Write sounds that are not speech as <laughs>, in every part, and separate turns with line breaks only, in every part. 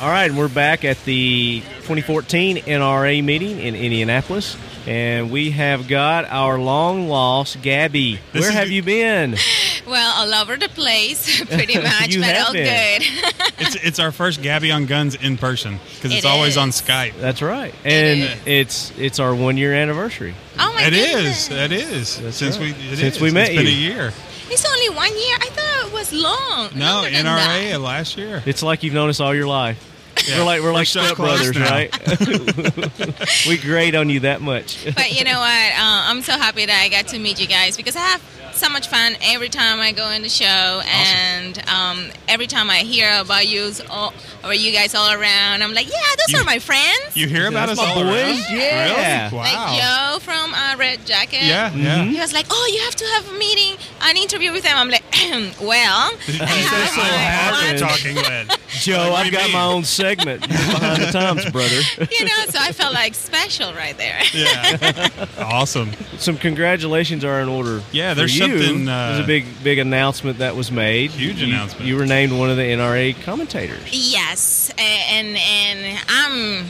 All right, and we're back at the 2014 NRA meeting in Indianapolis, and we have got our long lost Gabby.
This
Where
is
have
the-
you been?
Well, all over the place, <laughs>
<laughs>
pretty much,
You
but
have
all
been.
good. <laughs>
It's it's our first Gabby on Guns in person because it's
It
always on
is.
Skype.
That's right, and it's it's our one year anniversary.
oh my
It
goodness.
is. It is.
That's
since
right.
we it
Since
is.
we met
it's been
you.
a year.
It's only one year. I thought it was long.
No,
longer than
NRA
that.
last year.
It's like you've known us all your life. We're like we're like
so
step
close
brothers,
now.
right? <laughs> we grade on you that much.
But you know what? Uh, I'm so happy that I got to meet you guys because I have so much fun every time I go in the show, and um, every time I hear about you all, or you guys all around, I'm like, yeah, those
You-
are my friends.
You hear about
That's
us
my
all
boys.
around?
Yeah.
Really?
like
Wow.
Joe from uh, Red Jacket.
yeah. Yeah.
He was like, "Oh, you have to have a meeting, an interview with them." I'm like, <clears throat> "Well, I have
so
my
happy.
one
We're talking with.
Joe,
What do
I've
you
got
mean?
my own segment You're behind the times,
<laughs>
brother.
you know, so I felt like special right there.
Yeah. <laughs> awesome.
Some congratulations are in order.
Yeah,
for
there's
you.
something, uh,
there's a big big announcement that was made.
Huge
You-
announcement.
You were named one of the NRA commentators.
Yes, a- and and I'm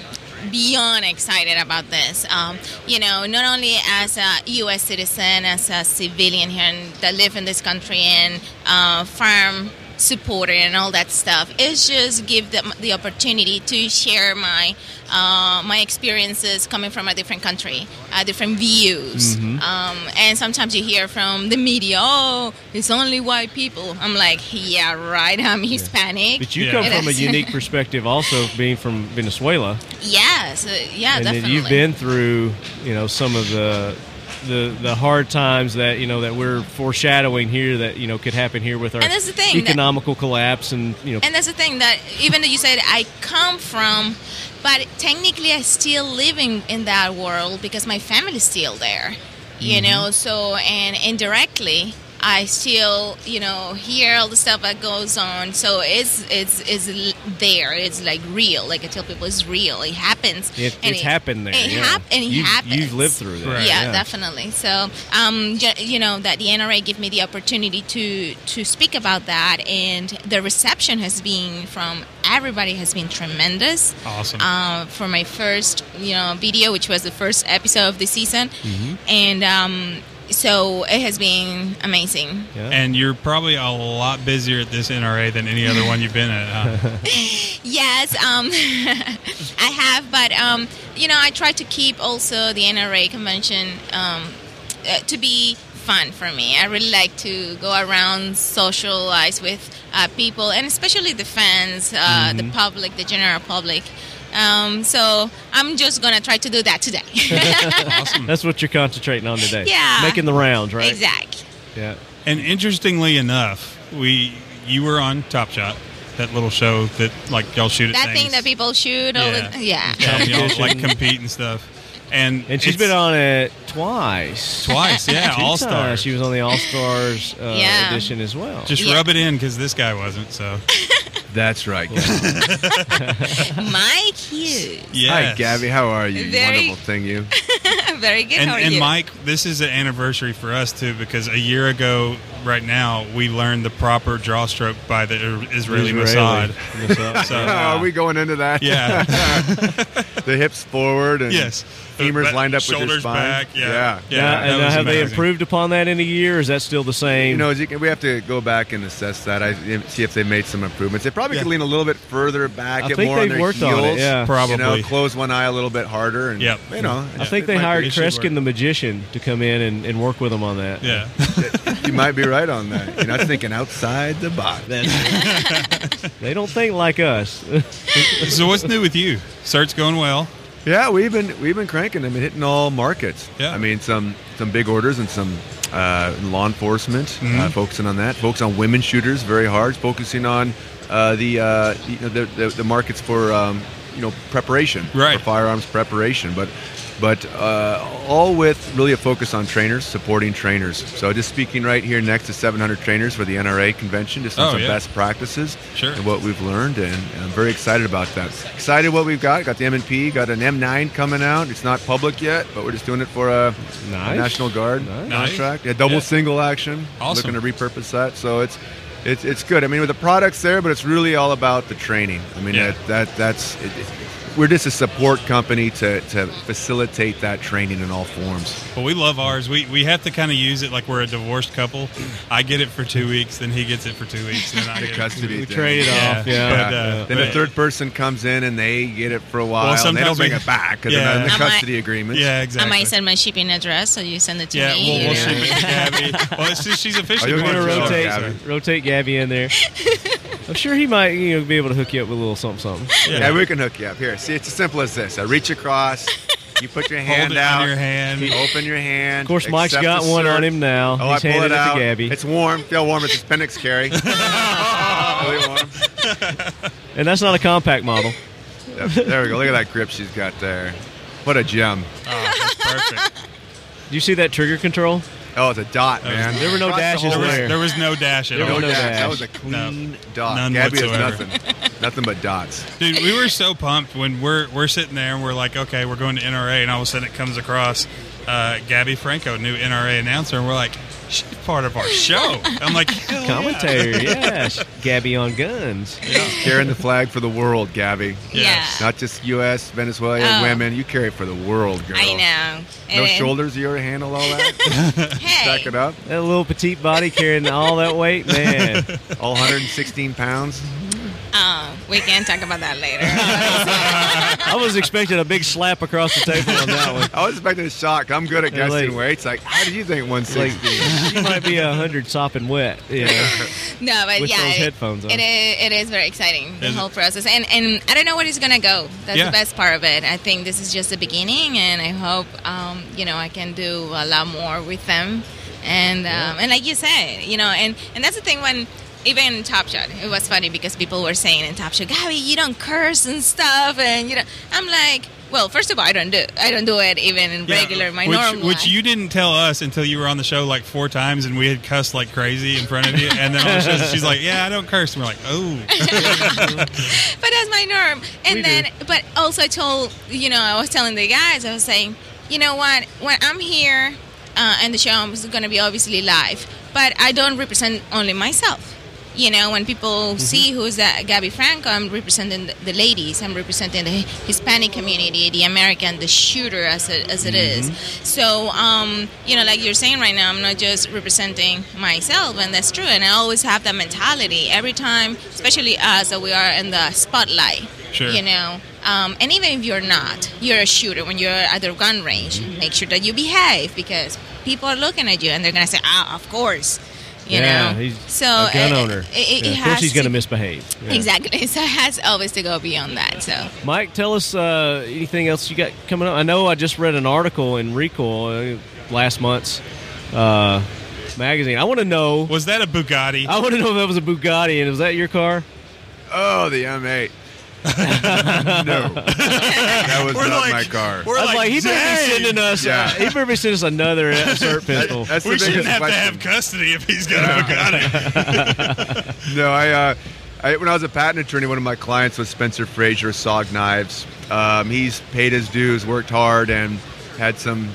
beyond excited about this. Um, you know, not only as a U.S. citizen, as a civilian here and that live in this country and uh, farm supporter and all that stuff. It's just give them the opportunity to share my uh, my experiences coming from a different country, uh, different views. Um, and sometimes you hear from the media, "Oh, it's only white people." I'm like, "Yeah, right. I'm Hispanic."
But you
Yeah.
come
It
from a
is.
unique perspective, also being from Venezuela,
Yes, uh, <laughs> yeah,
and
definitely.
then you've been through, you know, some of the. The, the hard times that you know that we're foreshadowing here that you know could happen here with our
And that's the thing, that-
economical collapse and you know
and that's the thing that even though you said I come from, but technically I still living in that world because my family's still there, you
Mm-hmm.
know. So and indirectly, I still you know hear all the stuff that goes on. So it's it's it's l- there. It's like real. Like I tell people, it's real. It happens.
It,
And
it's
it-
happened there.
It,
yeah.
hap- and it
you've,
happens.
You've lived through that.
Right.
yeah, definitely. So, um, ju- you know, that the NRA gave me the opportunity to to speak about that, and the reception has been from everybody has been tremendous.
Awesome.
Um,
Uh, for my first, you know, video, which was the first episode of the season,
Mm-hmm.
Mm-hmm.
and um, so it has been amazing.
Yeah.
and you're probably a lot busier at this NRA than any other one you've been at. Huh?
Yes, um, <laughs> I have, but um, you know, I try to keep also the NRA convention um, uh, to be fun for me. I really like to go around, socialize with uh, people, and especially the fans, uh, the public, the general public. Um, so I'm just gonna try to do that
<laughs>
today. <laughs>
awesome.
That's what you're concentrating on today.
Yeah.
Making the rounds, right?
exactly.
<laughs> Yeah.
And interestingly enough, we you were on Top Shot, that little show that like y'all shoot at
That
things.
thing that people shoot. All
Yeah.
The, yeah.
Yeah,
<laughs>
and y'all like
Competition.
<laughs> compete and stuff. And
And she's
it's
been on it twice.
twice, yeah,
Two
All
times.
Stars.
She was on the All Stars uh,
Yeah.
edition as well.
Just
Yeah.
rub it in because this guy wasn't. So
<laughs>
<laughs>
That's right. guys.
Mike Hughes.
yeah,
Hi, Gabby. How are you? you
Very-
Wonderful thing, you.
<laughs> Very good.
And,
How are
and
you?
Mike, this is an anniversary for us too because a year ago, right now, we learned the proper draw stroke by the Er-, Israeli, Mossad.
Mossad.
<laughs> So,
<laughs> are we going into that?
yeah,
<laughs> the hips forward and
yes.
femurs
But
lined up with your
shoulders
spine.
back. Yeah,
yeah.
Now-
that
and now
was
have they
amazing.
improved upon that in a year? or Is that still the same?
You know, as you can, we have to go back and assess that. I see if they made some improvements. They probably could
Yeah.
lean a little bit further back,
I
get
think
more on
they've
their
worked on
heels.
it, yeah.
You know,
Probably.
close one eye a little bit harder, and
Yep.
you know,
I think they
might-
hired
it should
Kreskin
work.
the magician to come in and, and work with them on that. <laughs>
Yeah.
You might be right on that. You know, I was thinking outside the box.
<laughs> They don't think like us.
<laughs> so what's new with you? Cert's going well.
Yeah, we've been we've been cranking. I mean, hitting all markets.
Yeah.
I mean, some some big orders and some uh, law enforcement
Mm-hmm.
uh, focusing on that. Focusing on women shooters very hard. Focusing on uh, the, uh, you know, the, the the markets for um, you know preparation
Right.
for firearms preparation, but. But uh, all with really a focus on trainers, supporting trainers. So just speaking right here next to 700 trainers for the NRA convention, just on
Oh,
some
yeah.
best practices
Sure.
and what we've learned, and I'm very excited about that. Excited what we've got. Got the M&P, got an M9 coming out. It's not public yet, but we're just doing it for a, a
Nice.
National Guard
Nice.
contract. Yeah, double
Yeah.
single action.
Awesome.
Looking to repurpose that. So it's it's it's good. I mean, with the products there, but it's really all about the training. I mean,
Yeah.
that, that that's it, it- we're just a support company to, to facilitate that training in all forms.
But we love ours. We we have to kind of use it like we're a divorced couple. I get it for two weeks, then he gets it for two weeks, then I get it.
Custody.
We
thing.
trade it
Yeah.
off. Yeah.
But, uh,
Then
but-
a third person comes in and they get it for a while. and they
sometimes
don't bring
we-
it back because
Yeah.
they're not in
I
the
might-
custody agreement.
Yeah,
I
exactly.
might send my shipping address, so you send it to
yeah,
me.
we'll,
you know.
we'll ship it
<laughs>
to Gabby. Well, it's just, she's officially
Are you
We're
going
gonna
Come on,
rotate rotate
Gabby.
Gabby in
<laughs>
there. I'm sure he might you know be able to hook you up with a little something something.
Yeah. we can hook you up. Here, see, it's as simple as this. I reach across, you put your
Hold
hand
it
out,
on your hand.
you open your hand.
Of course, Mike's
accept
got
the
one
shirt.
on him now.
Oh,
He's
I pull
handed
it
it,
out.
to Gabby,
It's warm. Feel warm. It's appendix carry. really warm.
and that's not a compact model.
Yep, There we go. Look at that grip she's got there. What a gem.
Oh, that's perfect.
Do you see that trigger control?
Oh, it's a dot, man.
There were no
Across the
dashes
whole
There was,
There.
there was no dash at
There
No
all.
was no
dash.
dash.
That was a clean dot.
None
Gabby has
whatsoever.
nothing. nothing
<laughs>
but dots.
Dude, we were so pumped when we're we're sitting there and we're like, okay, we're going to NRA, and all of a sudden it comes across uh, Gabby Franco, new NRA announcer, and we're like, she's part of our show. I'm like, hell Oh, yeah.
Commentator, yes. Gabby on guns.
Carrying the flag for the world, Gabby.
Yes.
Yeah.
Not just U.S., Venezuela,
Oh.
women. You carry it for the world, girl.
I know.
No
And-
shoulders. You ever handle all
<laughs>
that?
Hey.
Back it up.
That little petite body carrying all that weight, <laughs> man.
All 116 pounds.
Oh, we can talk about that later.
I was expecting a big slap across the table on that one.
I was expecting a shock. I'm good at
They're
guessing
like-
weights. Like, how do you think
Like
160?
she might be a hundred sopping wet. You know.
<laughs>
no, but
With
yeah,
those
it-
headphones on.
It, is, it is very exciting the
Is it?
whole process, and and I don't know where it's gonna go. That's
Yeah.
the best part of it. I think this is just the beginning, and I hope um, you know I can do a lot more with them, and um, and like you said, you know, and and that's the thing when. Even Top Shot, it was funny because people were saying in Top Shot, "Gabby, you don't curse and stuff," and you know, I'm like, "Well, first of all, I don't do, I don't do it even in
Yeah,
regular, my
which,
normal."
Which
life.
you didn't tell us until you were on the show like four times, and we had cussed like crazy in front of you. And then all of a sudden she's like, "Yeah, I don't curse." And we're like,
<laughs>
"Oh,
but that's my norm. And
We do.
then, but also I told you know I was telling the guys I was saying, you know what? When I'm here uh, and the show I'm going to be obviously live, but I don't represent only myself. You know, when people
Mm-hmm.
see who's that Gabby Franco, I'm representing the- the ladies. I'm representing the Hispanic community, the American, the shooter as it, as it is.
Mm-hmm.
So, um, you know, like you're saying right now, I'm not just representing myself, and that's true. And I always have that mentality every time, especially us that we are in the spotlight.
Sure.
You know, um, and even if you're not, you're a shooter. When you're at the gun range,
Mm-hmm.
make sure that you behave because people are looking at you and they're gonna say, "Ah, of course." You
yeah,
know,
he's
so
a gun
uh,
owner.
It, it,
Yeah,
it
of
has
course, he's
to
going
<laughs>
to misbehave. Yeah.
Exactly. <laughs> So it has always to go beyond that. So
Mike, tell us uh, anything else you got coming up. I know I just read an article in Recoil uh, last month's uh, magazine. I want to know.
was that a Bugatti?"
I want to know if that was a Bugatti, and was that your
<laughs>
car?
Oh,
<laughs>
the M8. no, that was
We're
not
like-
my car.
we're
I was like, he better
"Dang!"
be sending us.
Yeah.
Uh, he better be sending us another insert pistol.
That's
we
the
shouldn't
biggest
have
question.
to have custody if he's got a Bugatti.
Oh, <laughs> No, I, uh, I when I was a patent attorney, one of my clients was Spencer Frazier, Sog Knives. Um, he's paid his dues, worked hard, and had some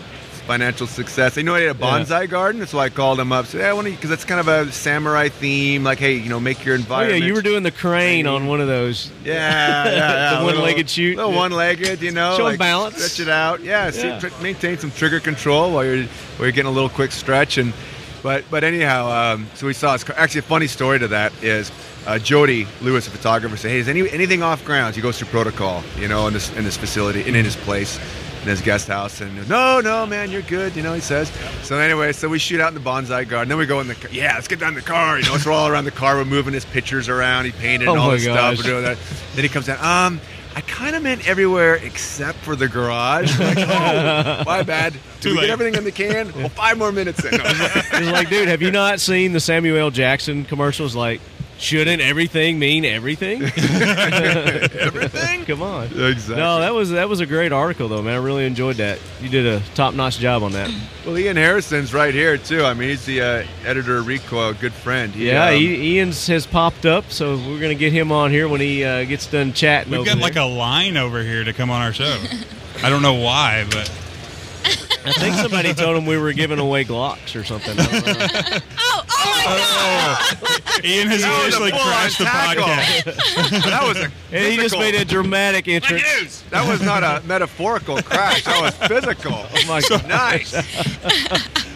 financial success. I know he had a
Yeah.
bonsai garden, so I called him up. Said, "Hey, I want to," because that's kind of a samurai theme. Like, hey, you know, make your
oh yeah,
environment.
you were doing the crane on one of those. <laughs>
Yeah, yeah, yeah.
The
a
one-legged
little-
shoot.
Little one-legged, you know.
Show 'em balance.
Stretch it out. Yeah, see,
Yeah.
tr- maintain some trigger control while you're while you're getting a little quick stretch. And but but anyhow, um, so we saw. His, car- actually, a funny story to that is uh, Jody Lewis, a photographer, said, "Hey, is any anything off grounds?" He goes through protocol, you know, in this in this facility and in his place. In his guest house, and no, no, man, you're good. You know, he says. So anyway, so we shoot out in the bonsai garden. Then we go in the ca- yeah, let's get down in the car. You know, so we're all around the car. We're moving his pictures around. He painted and
Oh
all
my
this stuff.
gosh.
We're doing that. Then he comes down. Um, I kind of meant everywhere except for the garage.
<laughs>
Like, oh, my bad. Did
Too
we
late.
get everything in the can? Well, five more minutes in.
It's like, dude, have you not seen the Samuel L. Jackson commercials? Like, shouldn't everything mean everything?
everything?
Come on.
Exactly.
No, that was that was a great article though, man. I really enjoyed that. You did a top notch job on that.
Well, Ian Harrison's right here too. I mean, he's the uh, editor of Recoil, good friend. He,
Yeah,
um,
I- Ian's has popped up, so we're gonna get him on here when he uh, gets done chatting.
We've
over
got
there.
like a line over here to come on our show. I don't know why, but
I think somebody told him we were giving away Glocks or something. I don't know.
<laughs> oh oh Oh my God. Oh,
Ian has
was a
officially
full-on
crashed the <laughs>
tackle.
podcast.
um, that was a
And <laughs> he just
physical-
made a dramatic entrance.
That was not a metaphorical crash. That was
<laughs>
physical.
Oh my
nice.
<laughs>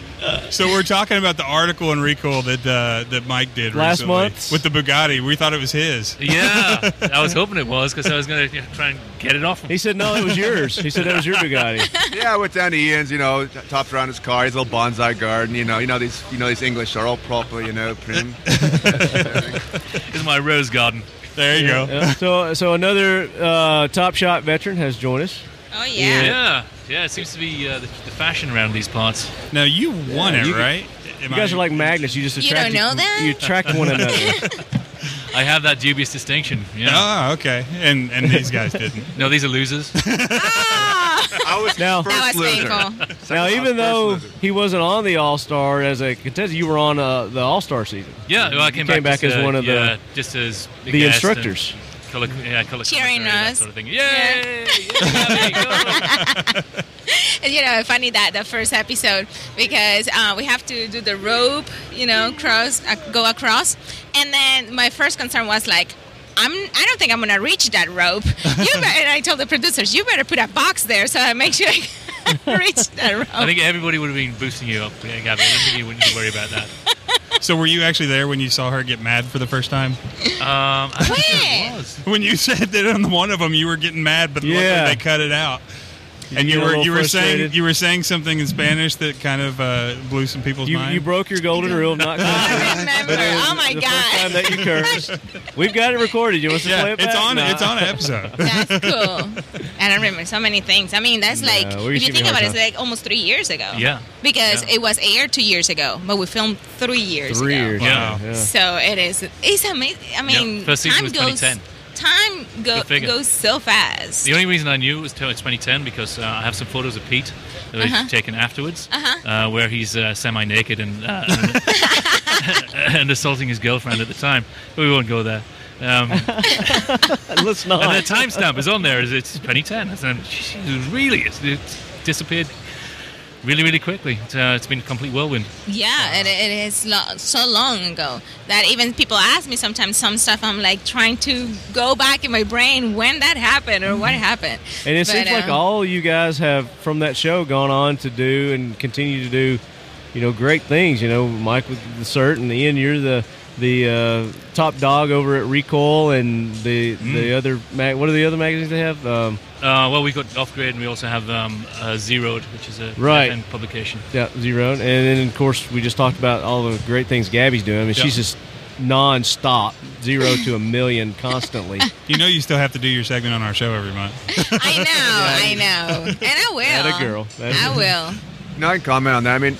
So we're talking about the article in Recoil that uh, that Mike did
Last
recently
month?
with the Bugatti. We thought it was his.
Yeah, <laughs> I was hoping it was because I was going to try and get it off him.
He said, "No, it was yours." He said, "That was your
<laughs>
Bugatti."
Yeah, I went down to Ian's. You know, t- tops around his car. His little bonsai garden. You know, you know these. You know these English are all proper. You
<laughs>
know, prim.
It's my rose garden.
There you go.
Yeah. Uh, So, so another uh, Top Shot veteran has joined us.
Oh, yeah.
Yeah, yeah. It seems to be uh, the, the fashion around these parts.
Now you won
Yeah,
it,
you could-
right? Am
You guys
I-
are like magnets. You just
You
attract
don't know that?
You attract one another.
I have that dubious distinction.
<laughs>
Yeah.
Oh, okay. And and these guys didn't.
<laughs> No, these are
<laughs>
losers.
Ah,
I was
Now-
first
that was
loser.
painful.
Second
now,
last
even though
person loser.
he wasn't on the All Star as a contestant, you were on uh, the All Star season.
Yeah, well, I
You
came,
came back
just,
as
uh,
one of the-
yeah, just as a
the
guest and
instructors.
Color, yeah, color
Cheering
commentary, that
us.
sort of thing. Yay!
Yeah. <laughs>
Yeah, Gabby, go!
And, you know, funny that the first episode because uh, we have to do the rope, you know, cross, uh, go across, and then my first concern was like. I'm, I don't think I'm gonna reach that rope. You bet, and I told the producers, you better put a box there so I <laughs> make sure I reach that rope.
I think everybody would have been boosting you up, yeah, Gabby. I don't think you wouldn't worry about that.
So were you actually there when you saw her get mad for the first time?
Um, I don't think
Wait.
it was.
When you <laughs> said that on one of them you were getting mad, but luckily
Yeah.
they cut it out. And
get
you
a
were
little
you were saying
frustrated.
you were saying something in Spanish that kind of uh, blew some people's
You,
mind.
you broke your golden rule. Not
<laughs>
cursing.
I remember.
But it was
Oh my
the First
god,
time that you
<laughs>
cursed. We've got it recorded. You want us to play
yeah,
it back?
it's on
No.
it's on an episode.
that's
<laughs>
cool. I don't remember so many things. I mean, that's
No,
like
we're
if you
giving
think
you a
about it,
hard
it's like almost three years ago.
Yeah.
because
Yeah.
it was aired two years ago, but we filmed three years.
Three
ago.
years.
Wow.
Yeah.
So it is. It's amazing. I mean,
First season
time
was
goes.
2010.
Time go,
Good figure.
goes so fast.
The only reason I knew it was till 2010 because uh, I have some photos of Pete that was
Uh-huh.
taken afterwards,
Uh-huh.
uh, where he's uh, semi-naked and, uh, <laughs> and, and assaulting his girlfriend at the time. But we won't go there. Um,
<laughs> Let's not.
and the timestamp is on there. Is it's 2010? I said, "Jeez, really? It's, it's disappeared really, really quickly. It's, uh, it's been a complete whirlwind.
Yeah, it, it is lo- so long ago that even people ask me sometimes some stuff. I'm like trying to go back in my brain when that happened or what
Mm-hmm.
happened.
And it
But,
seems like
uh,
all you guys have from that show gone on to do and continue to do, you know, great things. You know, Mike with the cert and Ian, you're the the uh, top dog over at Recoil and the the
Mm.
other mag- what are the other magazines they have? Um,
Uh, well, we've got off grid, and we also have um, uh, Zeroed, which is a
Right.
FN publication.
yeah, Zero, and then of course we just talked about all the great things Gabby's doing. I mean, she's
Yeah.
just non-stop, zero to a million
<laughs>
constantly.
You know you still have to do your segment on our show every month.
I know, I know, and I will.
That a girl. That a
I
girl.
will.
No, I can comment on that. I mean,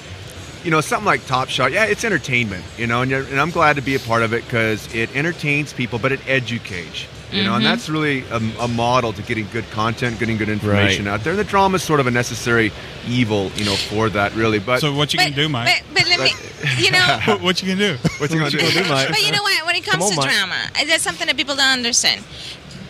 you know, something like Top Shot, yeah, it's entertainment, you know, and, you're, and I'm glad to be a part of it because it entertains people, but it educates, you know,
Mm-hmm.
and that's really a, a model to getting good content, getting good information out there. The drama is sort of a necessary evil, you know, for that, really. But
So what you
but,
gonna do, Mike?
But, but let me, you know,
what you gonna do?
what's he going
What
to
you gonna do, Mike?
but you know what? When it comes
Come on,
to
Mike.
drama, uh, that's something that people don't understand.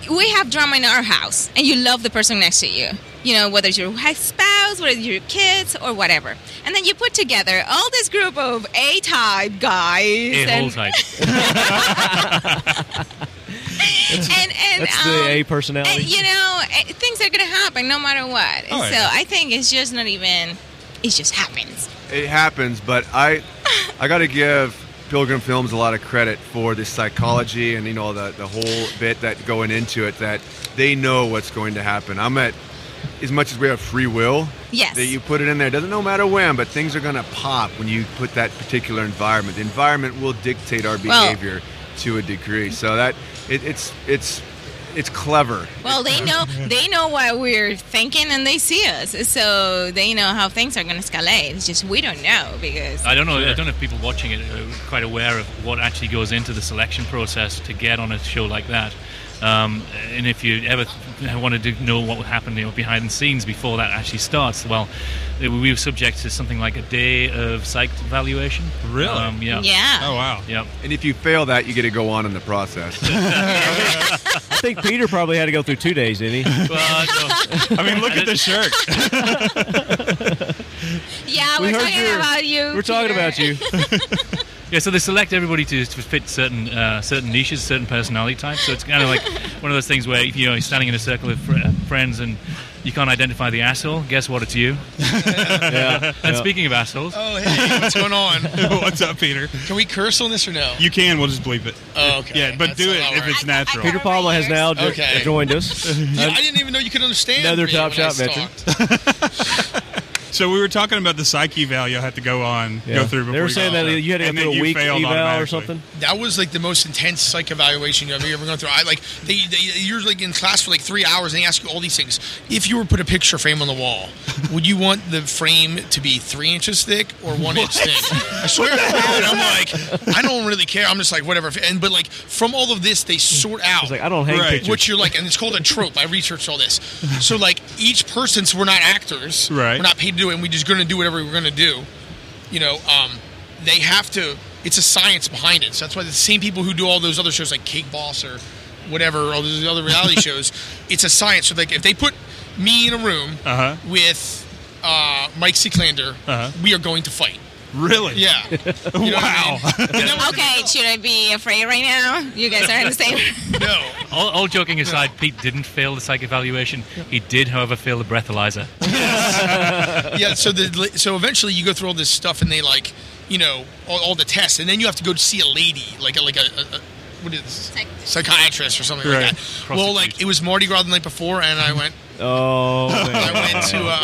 We have drama in our house, and you love the person next to you. You know, whether it's your hu- spouse, whether it's your kids, or whatever. And then you put together all this group of A-type guys.
A whole
and,
type.
and, <laughs> and,
That's the
um,
A personality.
and, you know, eh, things are going to happen no matter what.
Oh,
so
yeah.
I think it's just not even, it just happens.
it happens, but I I got to give Pilgrim Films a lot of credit for the psychology and you know the the whole bit that going into it that they know what's going to happen. I'm at as much as we have free will.
Yes.
That you put it in there doesn't no matter when, but things are going to pop when you put that particular environment. The environment will dictate our
Well-
behavior to a degree. So that it, it's it's it's clever.
Well, they <laughs> know they know what we're thinking and they see us, so they know how things are going to escalate. It's just we don't know because
I don't know. I don't know if people watching it are quite aware of what actually goes into the selection process to get on a show like that. Um, and if you ever wanted to know what happened you know, behind the scenes before that actually starts, well, we were subject to something like a day of psych evaluation.
Really?
Um, yeah.
yeah,
Oh wow.
Yeah.
And if you fail that, you get to go on in the
<laughs>
process.
I think Peter probably had to go through two days, didn't he?
Well,
<laughs>
no.
I mean look at the shirt.
yeah,
We
we're
heard <laughs>
talking
your-
about you.
We're talking
<laughs> Peter.
about you.
yeah, so they select everybody to, to fit certain uh, certain niches, certain personality types. So it's kind of like one of those things where if you know, you're standing in a circle of fr- friends and you can't identify the asshole, guess what? It's you.
<laughs> Yeah.
And
yeah.
speaking of assholes,
Oh, hey, what's going on?
<laughs> What's up, Peter?
Can we curse on this or no?
You can. We'll just bleep it.
Oh, okay.
Yeah, but
That's
do
how
it
that
if
works.
it's natural.
I- I-
Peter Paula has now jo-
Okay.
joined
<laughs>
us. Uh,
Yeah, I didn't even know you could understand.
Another
me
Top
when
Shot
I
veteran.
stalked.
<laughs> So we were talking about the psyche eval you'll have to go on, go through. Before
They were
you
saying
go
that
on.
you had to
And
go
then
through a
you
week
failed
eval or
automatically.
something.
That was like the most intense psych evaluation I've ever gone through. I like they, they you're like in class for like three hours and they ask you all these things. If you were to put a picture frame on
<laughs>
the wall, would you want the frame to be three inches thick or one
<laughs>
inch thick? I swear to God, I'm like, I don't really care. I'm just like whatever. And but like from all of this, they sort out.
It's like I don't hang
Right.
pictures.
Which you're like, and it's called a trope. I researched all this. So like each person, so we're not actors,
Right.
We're not paid to do it, and we're just going to do whatever we're going to do. You know, um, they have to. It's a science behind it. So that's why the same people who do all those other shows, like Cake Boss or whatever, all those
<laughs>
other reality shows, it's a science. So like if they put me in a room
Uh-huh.
with uh, Mike Seaclander,
Uh-huh.
we are going to fight.
Really? <laughs>
Yeah. You know what I mean?
Wow.
And that was-
Okay, should I be afraid right now? You guys are in the same.
<laughs> No.
all, all joking aside, Pete didn't fail the psych evaluation. He did, however, fail the breathalyzer.
<laughs> yeah. So the so eventually you go through all this stuff and they like you know all, all the tests and then you have to go to see a lady like a, like a, a, a what is this?
Psych-
psychiatrist or something
Right.
like that. Well, like it was Mardi Gras the night before and I went
oh,
I
man.
went to a,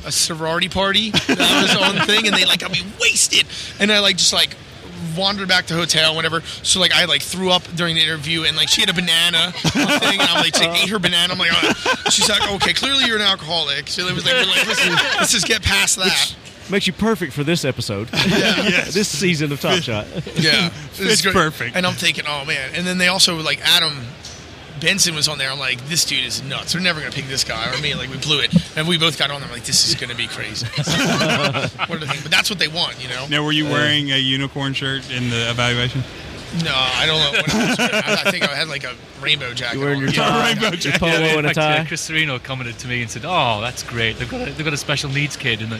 uh, a sorority party that was on thing and they like got me wasted and I like just like wandered back to hotel whatever so like i like threw up during the interview and like she had a banana thing and i'm like she ate her banana i'm like oh. she's like okay clearly you're an alcoholic so it was like, we're like listen let's just get past that
makes you perfect for this
<laughs>
episode, <laughs>
yes.
this season of Top Shot.
Yeah,
<laughs>
This is
It's perfect.
And I'm thinking, oh man. And then they also like Adam Benson was on there. I'm like, this dude is nuts. We're never gonna pick this guy or me. Like we blew it, and we both got on. there. I'm like, this is gonna
<laughs>
be crazy. what a thing. But that's what they want, you know. Uh,
Now, were you wearing a unicorn shirt in the evaluation?
No, I don't know. What I, was wearing. I think I had like a rainbow jacket.
You wearing
on.
<laughs>
your
Yeah,
tie,
yeah.
your polo
in
and a
fact, uh,
tie.
Chris Serino commented to me and said, "Oh, that's great. They've got a, they've got a special needs
<laughs>
kid in the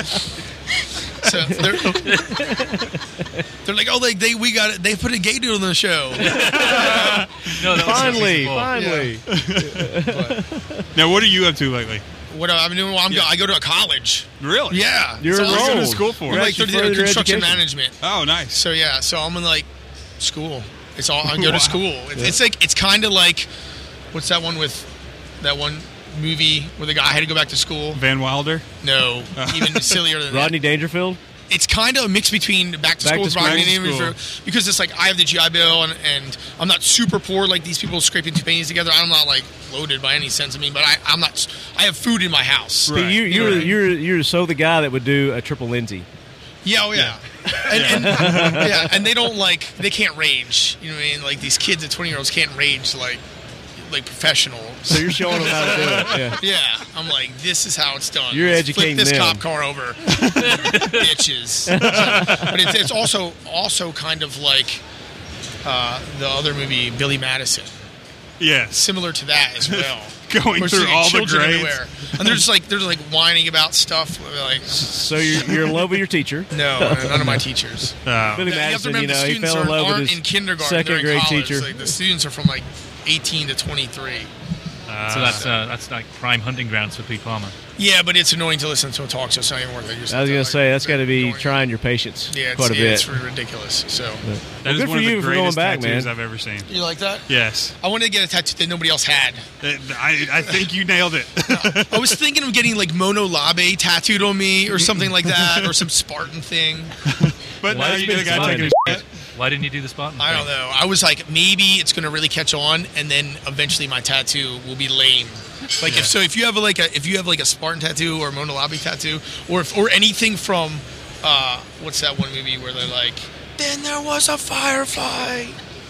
<laughs>
So they're, <laughs> they're like, oh, like they we got it. They put a gay dude on
<laughs>
the show.
no, that was season
Finally,
four.
finally.
But
Now, what are you up to lately?
what I'm doing? Well, I'm go,
Yeah.
I go to a college.
Really?
Yeah,
You're
So I'm
enrolled.
going to school for?
I'm like
Congrats, you
30 year
further
construction
education.
management.
Oh, nice.
So yeah, so I'm in like school. It's all
<laughs>
I go
Wow.
to school. It's, it's like it's kind of like what's that one with that one movie where the guy had to go back to school?
Van Wilder. <laughs>
No, even sillier than
Rodney Dangerfield.
that. It's kind of a mix between back to
Back
school
to
with
School.
Rodney
Back to
and
School.
Dangerfield, because it's like I have the GI Bill and, and I'm not super poor like these people scraping two pennies together. I'm not like loaded by any sense of mean, but I, I'm not. I have food in my house.
Right.
But You, you're,
Right.
you're, you're so the guy that would do a triple Lindsay.
Yeah, oh yeah. And, and yeah, and they don't like they can't rage. You know what I mean? Like these kids at twenty year olds can't rage like like
So
professionals.
you're showing them how to do
<laughs>
it. Yeah.
Yeah, I'm like, this is how it's done.
You're
Let's
educating
Flip this
them.
cop
<laughs>
car over, bitches. but it's, it's also also kind of like uh, the other movie Billy Madison,
Yes.
similar to that
<laughs>
as well.
Going
Where it's
through
like
all the
children
grades.
everywhere, and they're just like they're just like whining about stuff. Like,
So you're, you're in love with your teacher.
<laughs> no, none of my teachers.
Oh.
<laughs> Billy Madison,
Yeah, you
you,
have to remember
know,
the
he
students
fell in
are,
love
aren't
with his
in kindergarten. they're
second
in
grade
college.
teacher.
Like, the students are from like 18 to 23.
So that's uh, that's like prime hunting grounds for Pete Palmer.
Yeah, but it's annoying to listen to a talk, so it's not even worth it.
I was
going
gonna
to
say that's got to be
going-
trying your patience
Yeah, it's,
quite a
yeah,
bit.
it's ridiculous. So
That
good
is one
for
of
you
the
for going
greatest
back,
tattoos
man.
I've ever seen.
you like that?
Yes.
I wanted to get a tattoo that nobody else had.
It- I, I think you nailed it.
<laughs> I was thinking of getting like Mono Labe tattooed on me or something like that,
<laughs>
or some Spartan thing.
But now
did
you
you
did a
do
guy
Spartan?
taking a shit.
Why didn't you do the Spartan?
I don't
thing?
know. I was like, maybe it's going to really catch on, and then eventually my tattoo will be lame. Like if so, if you have like a if you have like a Spartan tattoo or a Mona Lobby tattoo, or if, or anything from uh, what's that one movie where they're like, then there was a firefly.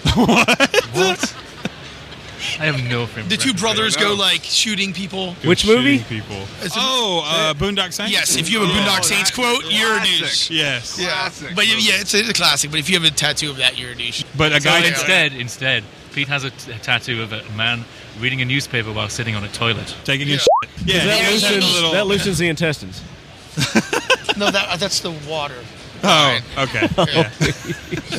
<laughs>
<laughs>
I have no frame.
The two
reference.
brothers go
know.
like shooting people.
Which movie?
Shooting People.
It's a-
Oh, uh, Boondock Saints. Oh,
yes, if you have a Boondock Saints quote, you're a douche.
Yes.
Yeah, but yeah, yeah, it's a, it's a classic. But if you have a tattoo of that, you're a douche.
But a guy
yeah.
Instead, instead, Pete has a, t- a tattoo of a man reading a newspaper while sitting on a toilet.
taking a
Yeah.
shit. Yeah.
That
he was
loosens,
a little-
that loosens the intestines.
No, that that's the water.
Oh,
<laughs>
okay. Yeah.
<laughs>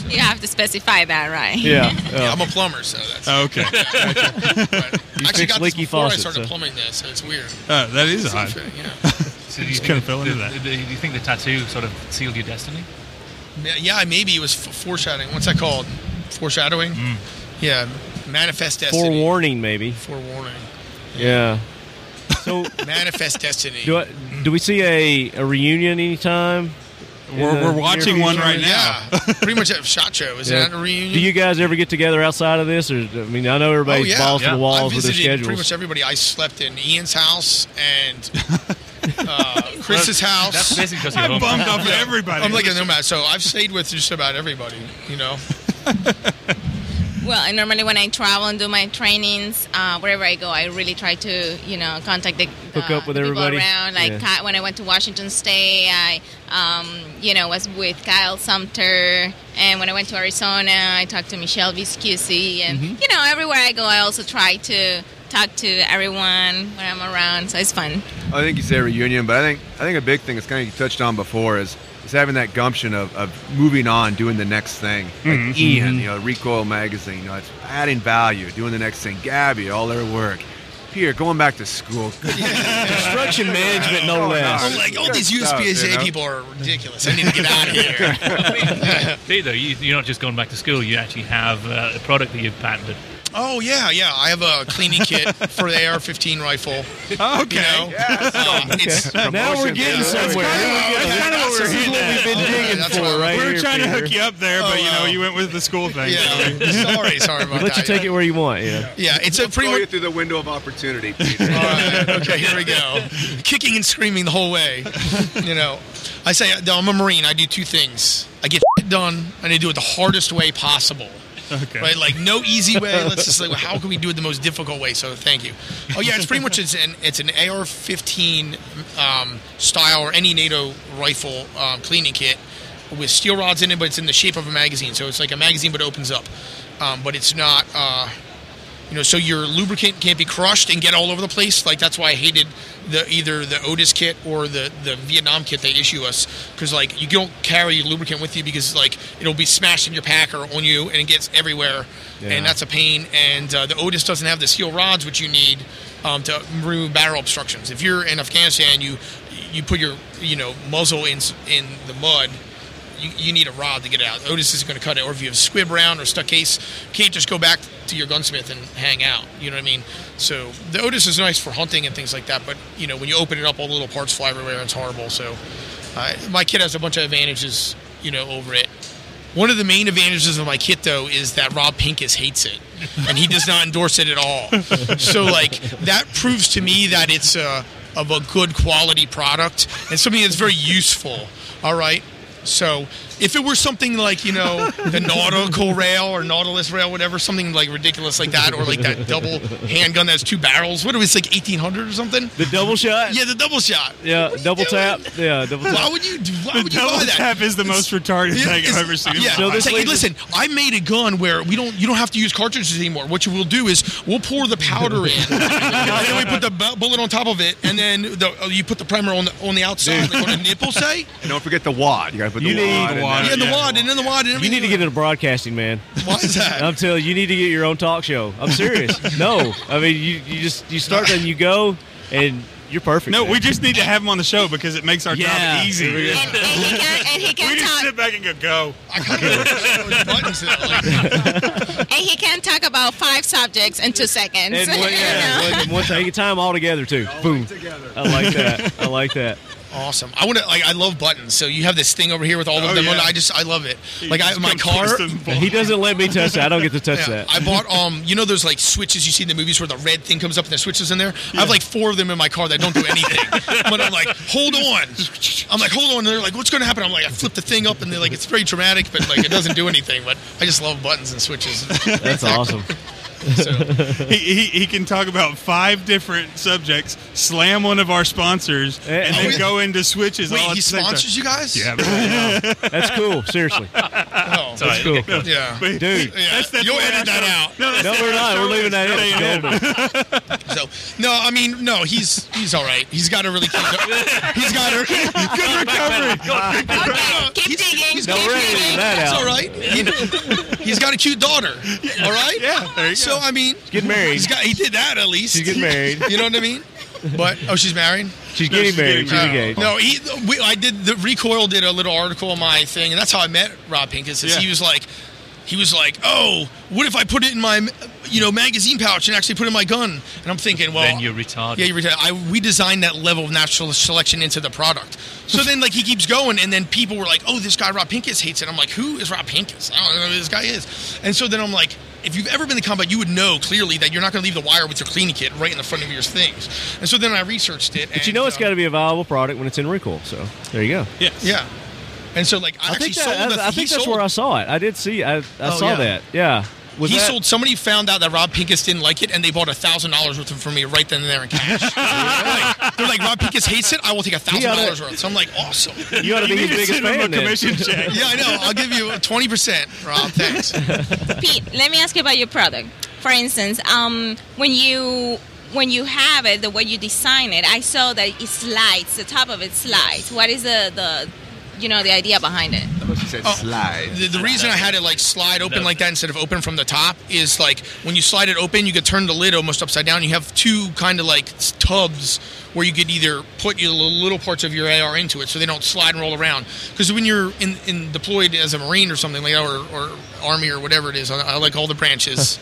You have to specify that, right?
Yeah.
<laughs>
Yeah,
yeah.
I'm a plumber, so that's.
Oh,
Oh,
<laughs>
Okay.
I actually
fix
got this
leaky
before
faucets,
I started
so-
plumbing this, so it's weird.
Uh, that is odd.
It's
<laughs>
yeah.
So do you
Just
think
kinda
the-
fell into
the-
that.
the- do you think the tattoo sort of sealed your destiny?
Yeah, yeah, maybe it was f- foreshadowing. What's that called? Foreshadowing? Yeah, manifest
<laughs>
destiny.
Forewarning, maybe.
Forewarning.
Yeah. So
Manifest destiny.
do I, do we see a, a reunion anytime? in
We're,
the
we're
near
watching one
future?
right now.
yeah, pretty much at Shot Show. Is that a reunion? Oh,
Do you guys ever get together outside of this? Or I mean, I know everybody's
yeah.
balls to
Yeah.
the
I
walls with their
visited
schedules.
pretty much everybody. I slept in Ian's house and uh, Chris's
That's
house.
basically
<laughs>
because you're
I'm
home.
bummed off everybody.
I'm like a nomad, so I've stayed with just about everybody. You know,
Well, and normally when I travel and do my trainings, uh, wherever I go, I really try to, you know, contact the, the
Hook up with
uh, the
everybody.
People around. Like
Yeah.
Ky- when I went to Washington State, I, um, you know, was with Kyle Sumter, and when I went to Arizona, I talked to Michelle Viscusi, and
Mm-hmm.
you know, everywhere I go, I also try to talk to everyone when I'm around. So it's
<laughs>
fun.
I think you say reunion, but I think I think a big thing that's kind of touched on before is is having that gumption of, of moving on, doing the next thing. Like
Mm-hmm,
Ian, you know, Recoil Magazine, you know, it's adding value, doing the next thing. Gabby, all their work. Pierre, going back
<laughs>
to school. Good
Construction management, no
less.
less.
I'm like, all
Good
these
stuff,
USPSA
you know?
people are ridiculous. I need to get
<laughs>
out of here.
See, though, you, you're not just going back to school. You actually have uh, a product that you've patented.
Oh yeah, yeah. I have a cleaning kit for the AR-15 rifle.
okay.
You know, Uh, it's
Now we're
Promotion.
getting
Yeah.
somewhere. Here we go.
That's kind of what
This
we're
is
hitting
what we've
at.
been digging
That's
for,
what-
right?
We were
here,
trying to
Peter.
hook you up there, but
Oh,
you know,
wow.
you went with the school thing. so-
yeah. sorry, sorry about
Let
that.
you take it where you want. Yeah.
Yeah, it's a pretty
Throw you
much.
through the window of opportunity, Peter.
All right, okay, here we go. Kicking and screaming the whole way. You know, I say no, I'm a Marine. I do two things. I get <laughs> done, and I do it the hardest way possible.
Okay.
Right, like no easy way. Let's just like, how can we do it the most difficult way? So thank you. Oh yeah, it's pretty much it's an it's an AR-15 um, style or any NATO rifle um, cleaning kit with steel rods in it, but it's in the shape of a magazine. So it's like a magazine, but it opens up. Um, but it's not. Uh, you know, so your lubricant can't be crushed and get all over the place. Like that's why I hated the either the Otis kit or the the Vietnam kit they issue us because like you don't carry your lubricant with you because like it'll be smashed in your pack or on you and it gets everywhere, and that's a pain. And uh, the Otis doesn't have the steel rods which you need um, to remove barrel obstructions. If you're in Afghanistan, you you put your you know muzzle in s- in the mud you, you need a rod to get it out. Otis isn't going to cut it. Or if you have squib round or stuck case, you can't just go back to your gunsmith and hang out. You know what I mean? So the Otis is nice for hunting and things like that. But you know, when you open it up, all the little parts fly everywhere. and It's horrible. So uh, my kit has a bunch of advantages, you know, over it. One of the main advantages of my kit, though, is that Rob Pincus hates it, and he does not endorse it at all. So, like, that proves to me that it's a, of a good quality product and something that's very useful. All right. So, if it were something like you know the nautical rail or Nautilus rail, whatever, something like ridiculous like that, or like that double handgun that has two barrels, what it was like eighteen hundred or something.
The double shot.
Yeah, the double shot.
Yeah, double
doing?
tap. Yeah, double
Why
tap.
would you? do- Why would you
Double
buy that?
tap is the most retarded
Yeah,
thing I've
it's-
ever seen. in
Yeah,
my
So
life.
this
It's like,
leads-
listen, I made a gun where we don't you don't have to use cartridges anymore. What you will do is we'll pour the powder
<laughs>
in, and then we put the bu- bullet on top of it, and then the, oh, you put the primer on the on the outside, like on the nipple, say.
And don't forget the wad. You gotta put
You
the
need
wad.
the
in
wad.
there.
Yeah, and the
yeah.
wad, and then the wad, and
You need to get
it.
into broadcasting, man.
Why is that?
I'm telling you, you need to get your own talk show. I'm
<laughs>
serious. no, I mean you, you just you start and you go, and you're perfect.
<laughs> No,
man.
we just need to have him on the show because it makes our
Yeah.
job easy.
Here we go.
And, and he can, and he
<laughs> We
can
just
talk.
sit back and go, go.
I kind of those buttons though. Like,
And he can talk about five subjects in two seconds.
and one,
You
yeah,
know?
one, one take your time all together too. Boom.
together.
I like that. I like
<laughs>
that.
awesome. I want to like I love buttons. So you have this thing over here with all of
Oh,
them. on
yeah.
it. I just I love it. Like I
Just
my
come
car.
first and
He doesn't let me touch that. I don't get to touch
Yeah,
that.
I
<laughs>
bought um, you know those like switches you see in the movies where the red thing comes up and the switches in there. I have like four of them in my car that don't do
<laughs>
anything. but I'm like, hold on. I'm like, hold on. And they're like, what's going to happen? I'm like, I flip the thing up and they're like, it's very dramatic, but like it doesn't do anything. But I just love buttons and switches.
That's awesome.
<laughs> So,
He, he, he can talk about five different subjects, slam one of our sponsors,
Eh.
and
Oh,
then
yeah.
go into switches.
wait,
all at
he
the same time.
sponsors you guys?
Yeah, but- <laughs>
That's cool. Seriously,
Oh,
Sorry,
it's cool.
<laughs> yeah.
but-
Dude.
Yeah.
That's- that's
You'll
the way
edit
I
that
show-
out.
No, that's
No,
the
we're
way I
not.
show
We're
it.
leaving that in.
Stay
It's
in.
golden.
So
<laughs>
no, I mean no, he's
<laughs>
he's <laughs> all right. He's got a really cute. he's got a
Good recovery.
Okay, keep digging.
He's
Now,
got a
we're
cute
editing
baby.
that
It's
out. <laughs>
all right. He- he's got a cute daughter. All right.
Yeah, there you go.
So I mean,
Getting married.
he's got he did that at least.
She's getting married.
You know what I mean? But oh, she's married.
She's getting
she's
married.
getting
She's
married.
engaged.
No, he. We, I did the recoil did a little article on my thing, and that's how I met Rob Pincus. Is
Yeah.
he was like, he was like, oh, what if I put it in my, you know, magazine pouch and actually put it in my gun? And I'm thinking, well,
Then you're retarded.
Yeah, you're retarded. I, we designed that level of natural selection into the product. So then, like, he keeps going, and then people were like, oh, this guy Rob Pincus hates it. I'm like, who is Rob Pincus? I don't know who this guy is. And so then I'm like. If you've ever been to combat, you would know clearly that you're not going to leave the wire with your cleaning kit right in the front of your things. And so then I researched it.
But you know it's got to
um,
be a viable product when it's in recall. So there you go.
Yes.
yeah. And so, like, I,
I
actually
think,
sold.
that,
the-
I, I
he
think that's
sold-
where I saw it. I did see. I, I
Oh,
saw
yeah.
that. Yeah. Was
he
that-
sold. Somebody found out that Rob Pincus didn't like it, and they bought a thousand dollars worth for me right then and there in cash.
<laughs>
They're like- they're like, Rob Pincus hates it. I will take a thousand
oughta-
dollars worth. So I'm like, awesome.
You ought to be his
need to
biggest
send him a
fan. then. <laughs>
commission
<laughs>
check.
Yeah, I know. I'll give you twenty percent, Rob. Thanks.
<laughs>
Pete, let me ask you about your product. For instance, um, when you when you have it, the way you design it, I saw that it slides. The top of it slides. What is the the you know the idea behind
<laughs>
it?
Oh.
slide.
The, the reason I had it like slide open
No.
like that instead of open from the top is like when you slide it open, you could turn the lid almost upside down. You have two kind of like s- tubs where you could either put your li- little parts of your AR into it so they don't slide and roll around. Because when you're in, in deployed as a Marine or something like that, or, or Army or whatever it is, I, I like all
<laughs>
the branches.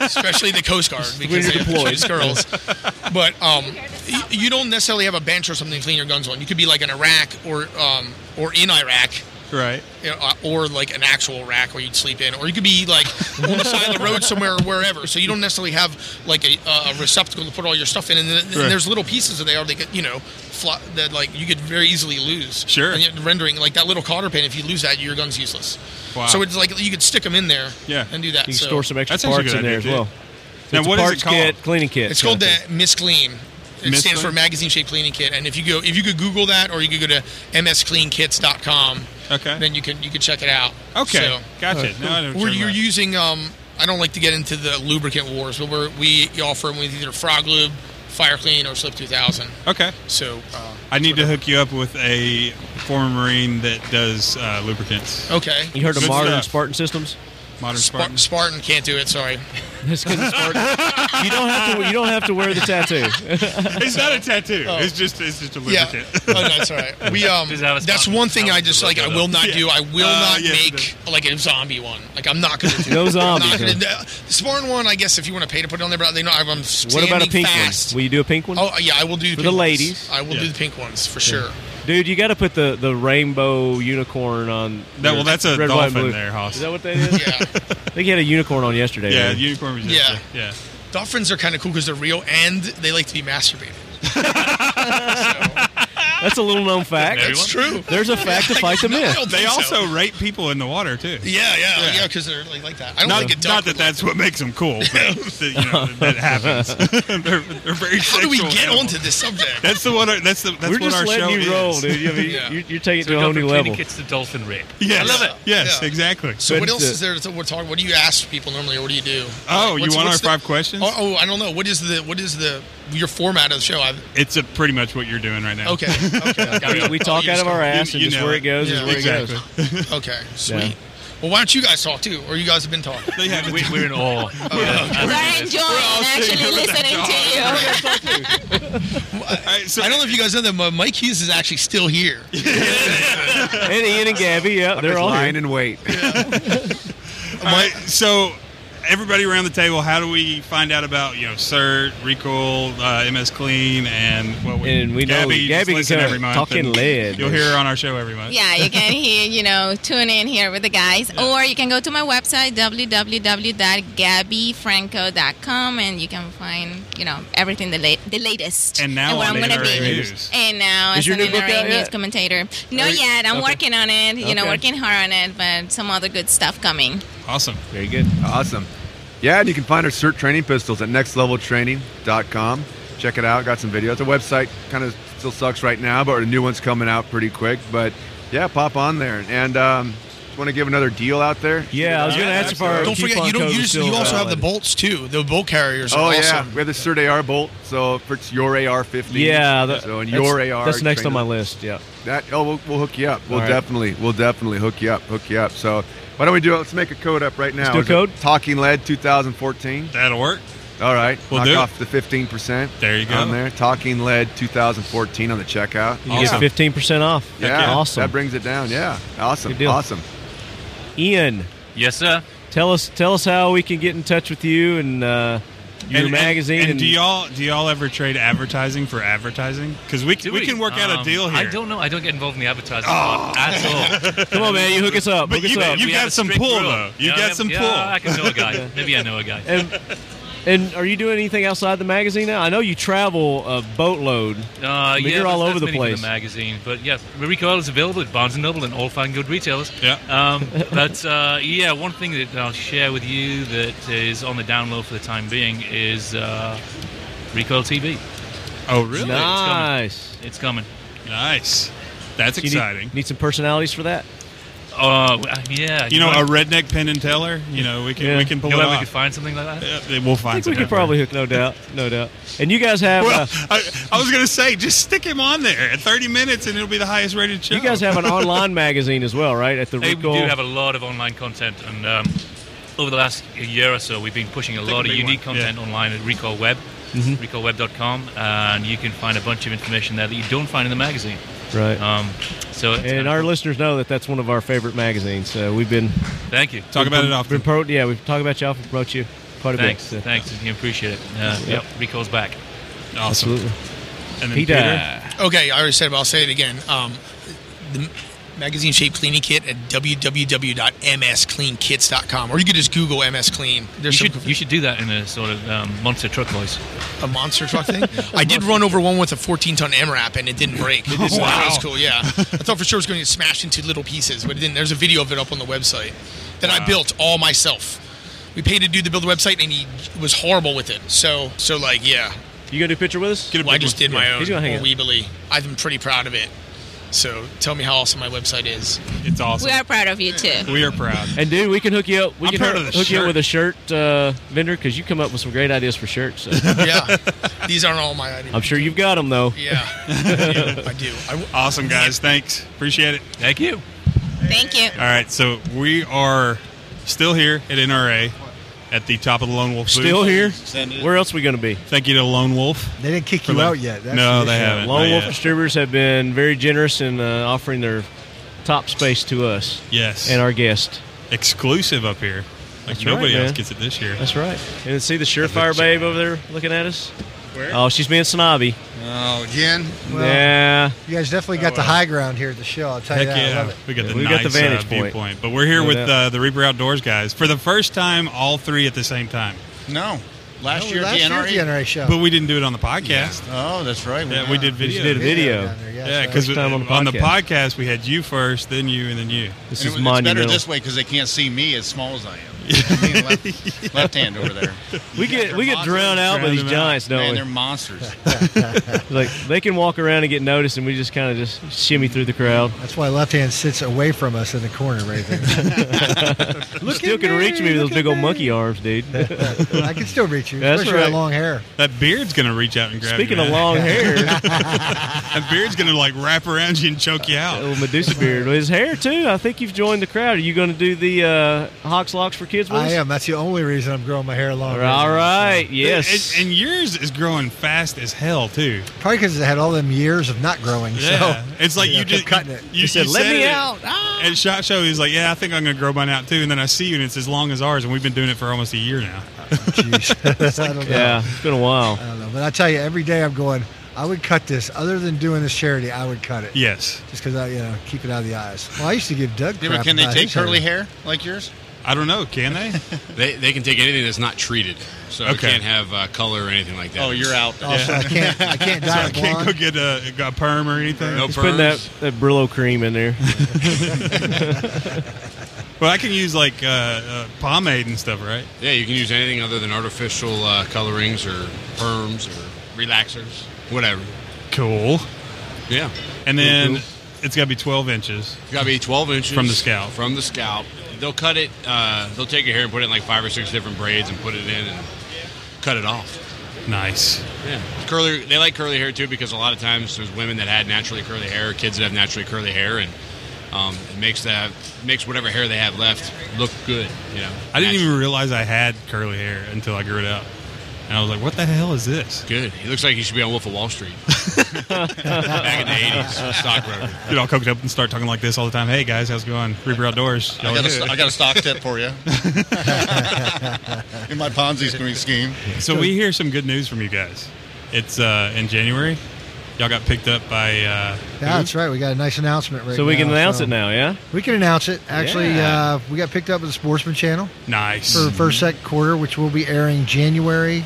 Especially the Coast Guard because
you're
they have the
deployed.
cutest girls. But um, y- you don't necessarily have a bench or something to clean your guns on. You could be like in Iraq or um, or in Iraq
Right.
you know, uh, or like an actual rack where you'd sleep in, or you could be like on the side of the road somewhere or wherever. So you don't necessarily have like a, uh, a receptacle to put all your stuff in. And, th-
Right.
and there's little pieces that they are they could you know fly, that like you could very easily lose.
Sure.
And yet rendering like that little cotter pin, if you lose that, your gun's useless.
Wow.
So it's like you could stick them in there.
Yeah.
And do that.
You can
so
store some extra
That's actually a
parts
good
in there as
idea,
well.
too. Now,
it's a
what is it
parts
called?
kit, cleaning kit.
It's called
kinda
the
thing.
Miss Clean. It
Miss
stands
Clean?
for Magazine Shape Cleaning Kit. And if you go, if you could Google that, or you could go to mscleankits.com.
Okay.
Then you can you can check it out.
Okay.
So-
gotcha. Now I know what
We're,
you're
you're
about.
using. Um, I don't like to get into the lubricant wars, but we're, we offer them with either Frog Lube, Fire Clean, or Slip 2000.
Okay.
So, uh,
I need to hook you up with a former Marine that does uh, lubricants.
okay.
You heard of
Good
modern
stuff.
Spartan systems?
Modern
Spartan.
Spartan.
Spartan can't do it. Sorry.
It's <laughs> 'cause it's Spartan.
<laughs>
you don't have to. You don't have to wear the tattoo.
<laughs> It's not
<laughs>
a tattoo. It's just it's just a
Oh. Yeah.
lubricant.
oh, no, it's all
<laughs>
right. We um.
Does it have a
That's
sponsor?
one thing
No,
I just
it
like. I
doesn't.
will not
Yeah.
do. I will
Uh,
not
yes, it
make like a zombie one. Like I'm
<laughs>
not gonna do.
No
it. I'm not
zombies,
gonna-
huh?
uh, Spartan one, I guess, if you want to pay to put it on there, but they know I'm.
What about a
standing
pink
fast.
one? Will you do a pink one?
Oh yeah, I will do
For
the
the
pink ones.
ladies.
I will
Yeah.
do the pink ones for sure.
Dude, you got to put the, the rainbow unicorn on.
That-
your
well, that's a
red, white,
dolphin
blue.
there, Hoss.
Is that what that
<laughs>
is?
Yeah.
I think you had a unicorn on yesterday.
Yeah,
man.
unicorn was just
Yeah.
yeah.
Dolphins are kind of cool because they're real and they like to be masturbated.
that's a little known fact.
Everyone?
true.
There's a fact to fight the
<laughs>
myth.
They also rape people in the water too.
Yeah, yeah,
Yeah.
yeah, because they're like, like that. I don't
Not,
think a duck
not that
would
that's what makes them cool, but <laughs> that, you know,
<laughs>
that happens. <laughs> <laughs> they're, they're very
like- How do we
sexual
get
animals.
onto this subject?
That's the one. That's the that's
We're
what
just
our show
letting you roll,
is.
dude. You, I mean,
<laughs> Yeah.
you, you take it to
we
a
go
whole
from
new
cleaning
level.
kits to dolphin rape.
<laughs> Yes.
I love it.
Yes,
Yeah.
exactly.
so what
But,
else
uh,
is there to we're talking? What do you ask people normally, or what do you do?
Oh,
Like,
you
what's-
want our
what's the-
five questions?
Oh, oh, I don't know. What is the what is the your format of the show? i
It's a, pretty much what you're doing right <laughs> now.
okay,
<laughs>
okay,
Carry on.
We talk
you
out
just
of our
go-
ass
you-
and
you
just
know
where
it.
it goes
Yeah,
is where
exactly.
it <laughs>
okay, sweet. Well, why don't you guys talk too, or you guys have been talking?
They have
We, we're
<laughs>
in awe.
Oh,
Yeah.
We're enjoying actually listening to
<laughs>
you.
All right, so
I don't know if you guys know that but Mike Hughes is actually still
<laughs>
here.
goes. And Ian and Gabby, yeah, they're
Just
all
lying
here.
in wait.
All right, so everybody around the table, how do we find out about you know CERT, Recoil, uh, MS Clean, and well,
And we know
Gabby, just
Gabby can
listen
kinda
every month.
talk in
and
lead.
You'll hear her on our show every month.
Yeah, you can hear, you know, tune in here with the guys. Or you can go to my website, www.gabbyfranco.com, and you can find, you know, everything the, la- the latest.
And now
where
on
I'm gonna
NRA
be.
News.
And now
Is
as
your
an
new book out
NRA news
yet?
commentator. No,
Are you-
yet. I'm
Okay.
working on it, you know,
Okay.
working hard on it, but some other good stuff coming.
Awesome.
Very good.
Awesome. Yeah, and you can find our CERT training pistols at nextleveltraining.com. Check it out. Got some videos. The website kind of still sucks right now, but our new one's coming out pretty quick. But yeah, pop on there. And um, just want to give another deal out there?
Yeah, I was going to ask if our
Don't forget,
coupon
you don't
code is
use.
still
You also have the
valid.
bolts too. The bolt carriers.
Oh
are
yeah,
awesome.
we have the Cert AR bolt. So for it's your AR fifteen.
Yeah, that-
so and
Uh, that's-
your AR.
That's next on
trained
my
up.
list. Yeah.
That oh, we'll, we'll hook you up. We'll
All right.
definitely, we'll definitely hook you up. Hook you up. So why don't we do it? Let's make a code up right now.
do a
Is it
code.
Talking Lead 2014.
That'll work.
All right,
We'll
knock
do it.
off the 15 percent.
There you go.
On there, Talking Lead 2014 on the checkout.
You get
Awesome.
fifteen percent off.
Yeah,
awesome.
That brings it down. Yeah, awesome.
Good deal.
Awesome.
Ian,
Yes, sir.
tell us tell us how we can get in touch with you and uh, your
<laughs>
magazine.
And, do y'all do y'all ever trade advertising for advertising? Because we,
Do
we can work out a
Um,
deal here.
I don't know. I don't get involved in the advertising
Oh.
part at all.
come on, man, you hook us up.
But
hook us
you-
up.
you-
We
got
have a
some
strict
pull,
rule.
though. You
Yeah,
got
I-
some
yeah,
pull.
I can know
<laughs>
a guy. Maybe I know a guy.
and, and are you doing anything outside the magazine now? I know you travel a boatload.
Uh,
mean,
yeah,
you're all
that's-
over the
that's mainly
place.
from The magazine, but yeah, recoil is available at Barnes and Noble and all fine good retailers.
Yeah. <laughs>
Um, but uh, yeah, one thing that I'll share with you that is on the down low for the time being is uh, Recoil TV.
oh, really?
Nice.
It's coming.
Nice. That's
You need-
exciting.
Need, some personalities for that.
Uh, yeah.
you know,
might-
a redneck pin and teller. You know, we can
Yeah.
we can
you
pull
know
it
where we
off.
could find something like that.
Yeah, they- we'll
I
find.
think we
something.
could probably hook. No doubt. No doubt. And you guys have.
Well,
uh,
I, I was gonna say, just stick him on there at 30 minutes, and it'll be the highest rated show.
you guys
<laughs>
have an <laughs> online magazine as well, right? At the
Hey, we
Recall.
do have a lot of online content, and um, over the last year or so, we've been pushing a lot
a
of
big
unique
one.
content online at Recoil Web,
Mm-hmm.
recoilweb.com, and you can find a bunch of information there that you don't find in the magazine.
right.
Um, so, it's-
and our listeners know that that's one of our favorite magazines. So we've been
thank you.
talk about it off.
been pro- yeah, we've talked about y'all, we've brought you quite a
Thanks,
bit. so-
thanks. We appreciate it. Uh,
Yeah.
Yep, Recoil's back.
Awesome.
Oh. Absolutely.
And then
He
Peter?
died.
Okay, I already said it, but I'll say it again. Um, the magazine shaped cleaning kit at www.mscleankits.com, or you could just Google MS Clean. <laughs>
You
There's some
should, you should do that in a sort of um, monster truck voice.
a monster truck
<laughs>
thing. I did run over one with a 14 ton MRAP and it
<laughs>
didn't break. So That was cool. Yeah, I thought for sure it was going to get smashed into little pieces, but it didn't. There's a video of it up on the website that I built all myself. We paid a dude to build the website, and he was horrible with it. So, so like, yeah,
You gonna do a picture with us?
well, I just did my
Yeah,
own
he's gonna hang out.
Weebly. I've been pretty proud of it. So, tell me how awesome my website is.
It's awesome.
We are proud of you too.
We are proud.
And dude, we can hook you up. We
I'm
can
proud
hook,
of the
hook you up
shirt.
with a shirt uh, vendor because you come up with some great ideas for shirts.
<laughs>
so.
Yeah, <laughs> these aren't all my ideas.
I'm sure you've got them though.
Yeah, I do. I do. I w-
Awesome, guys. Thanks. Appreciate it.
Thank you.
Thank you.
All right, so we are still here at NRA at the top of the Lone Wolf. booth.
Still here? Where else we gonna be?
Thank you to Lone Wolf.
They didn't kick
for
you
the-
out yet. That's
no,
the
they
issue.
haven't.
Lone
Not
Wolf
yet.
distributors have been very generous in uh, offering their top space to us
Yes,
and our guest.
exclusive up here. Like
That's right,
nobody else
man.
gets it this year.
That's right. And see the surefire babe over there looking at us.
Where?
Oh, she's being
<laughs>
snobby.
Oh, again?
Well,
yeah.
You guys definitely got
Oh,
the high ground here at the show. I'll tell
Heck
you that. I love
yeah,
it.
we got the
We got
nice
the vantage
uh,
point.
viewpoint. But we're here
No
with
doubt.
uh, the Reaper Outdoors guys for the first time, all three at the same time.
No. Last
Oh,
year
last
at
year
the
at
NRA?
the NRA show.
But we didn't do it on the podcast.
Oh, that's right.
Yeah, we did
She
video.
did a video.
down there,
Yeah,
so-
because
First time
on,
on the
the podcast we had you first, then you, and then you.
This
And it was-
is
it's
monumental.
better this way because they can't see me as small as I am. I mean, left, left hand over there.
<laughs> We get we get drowned out by
Drown
these
them out.
giants,
Man,
don't
they're
we?
<laughs>
monsters.
<laughs> Like they can walk around and get noticed, and we just kind of just shimmy through the crowd.
That's why left hand sits away from us in the corner right
<laughs>
there.
<laughs>
Look Still can reach me with those big old monkey arms,
<laughs>
dude.
I can still reach you,
That's
especially with
right.
that long hair.
That beard's gonna reach out and grab
Speaking
you.
of
man. <laughs>
long hair,
that beard's gonna like wrap around you and choke you out.
little Medusa beard, his hair too. I think you've joined the crowd. Are you going to do the uh, Hawks locks for kids? With
I
us?
am. That's the only reason I'm growing my hair long.
All right. Yes.
And, and yours is growing fast as hell too.
Probably because I had all them years of not growing.
Yeah,
So
it's like you
Yeah, kept
just
cutting it.
You,
He said, "Let me
it
out." Ah.
At Shot Show, he's like, "Yeah, I think I'm gonna grow mine out too." And then I see you, and it's as long as ours, and we've been doing it for almost a year
<laughs>
now.
Oh,
<laughs>
jeez. I don't know.
yeah, it's been a while.
I don't know. But I tell you, every day I'm going. I would cut this. Other than doing this charity, I would cut it.
Yes,
Just because I, you know, keep it out of the eyes. Well, I used to give Doug.
Yeah,
crap
but can they
about
take
his hair.
curly hair like yours?
I don't know. Can they?
<laughs> They, they can take anything that's not treated, so it
Okay.
can't have uh, color or anything like that.
Oh, you're out. then.
Also, I can't.
<laughs>
I can't dye
I
it
can't
blonde.
go get a, a perm or anything.
no
Just putting that,
burns.
that Brillo cream in there. <laughs>
Well, I can use like uh, uh, pomade and stuff, right?
Yeah, you can use anything other than artificial uh, colorings or perms or relaxers, whatever.
Cool.
Yeah,
And then it's got to be 12 inches.
You gotta be 12 inches
From the scalp.
From the scalp. They'll cut it. Uh, they'll take your hair and put it in like five or six different braids and put it in and cut it off.
Nice.
Yeah, curly. They like curly hair too because a lot of times there's women that had naturally curly hair, kids that have naturally curly hair, and um, it makes that makes whatever hair they have left look good. You know,
I didn't even
Naturally.
realize I had curly hair until I grew it out. And I was like, what the hell is this?
Good. He looks like he should be on Wolf of Wall Street. Back
<laughs>
in the '80s, stockbroker.
Get all coked up and start talking like this all the time. Hey guys, how's it going? Reaper Outdoors.
I
Y'all
got, a,
good?
st- I got a stock tip for
<laughs>
you <laughs> in my Ponzi screen scheme.
So we hear some good news from you guys. It's uh, in January. Y'all got picked up by. Uh,
Yeah,
who?
that's right. We got a nice announcement right
So we
now,
can announce
so-
it now, yeah?
We can announce it. Actually,
Yeah.
uh, we got picked up at the Sportsman Channel
nice.
for the first second quarter, which will be airing January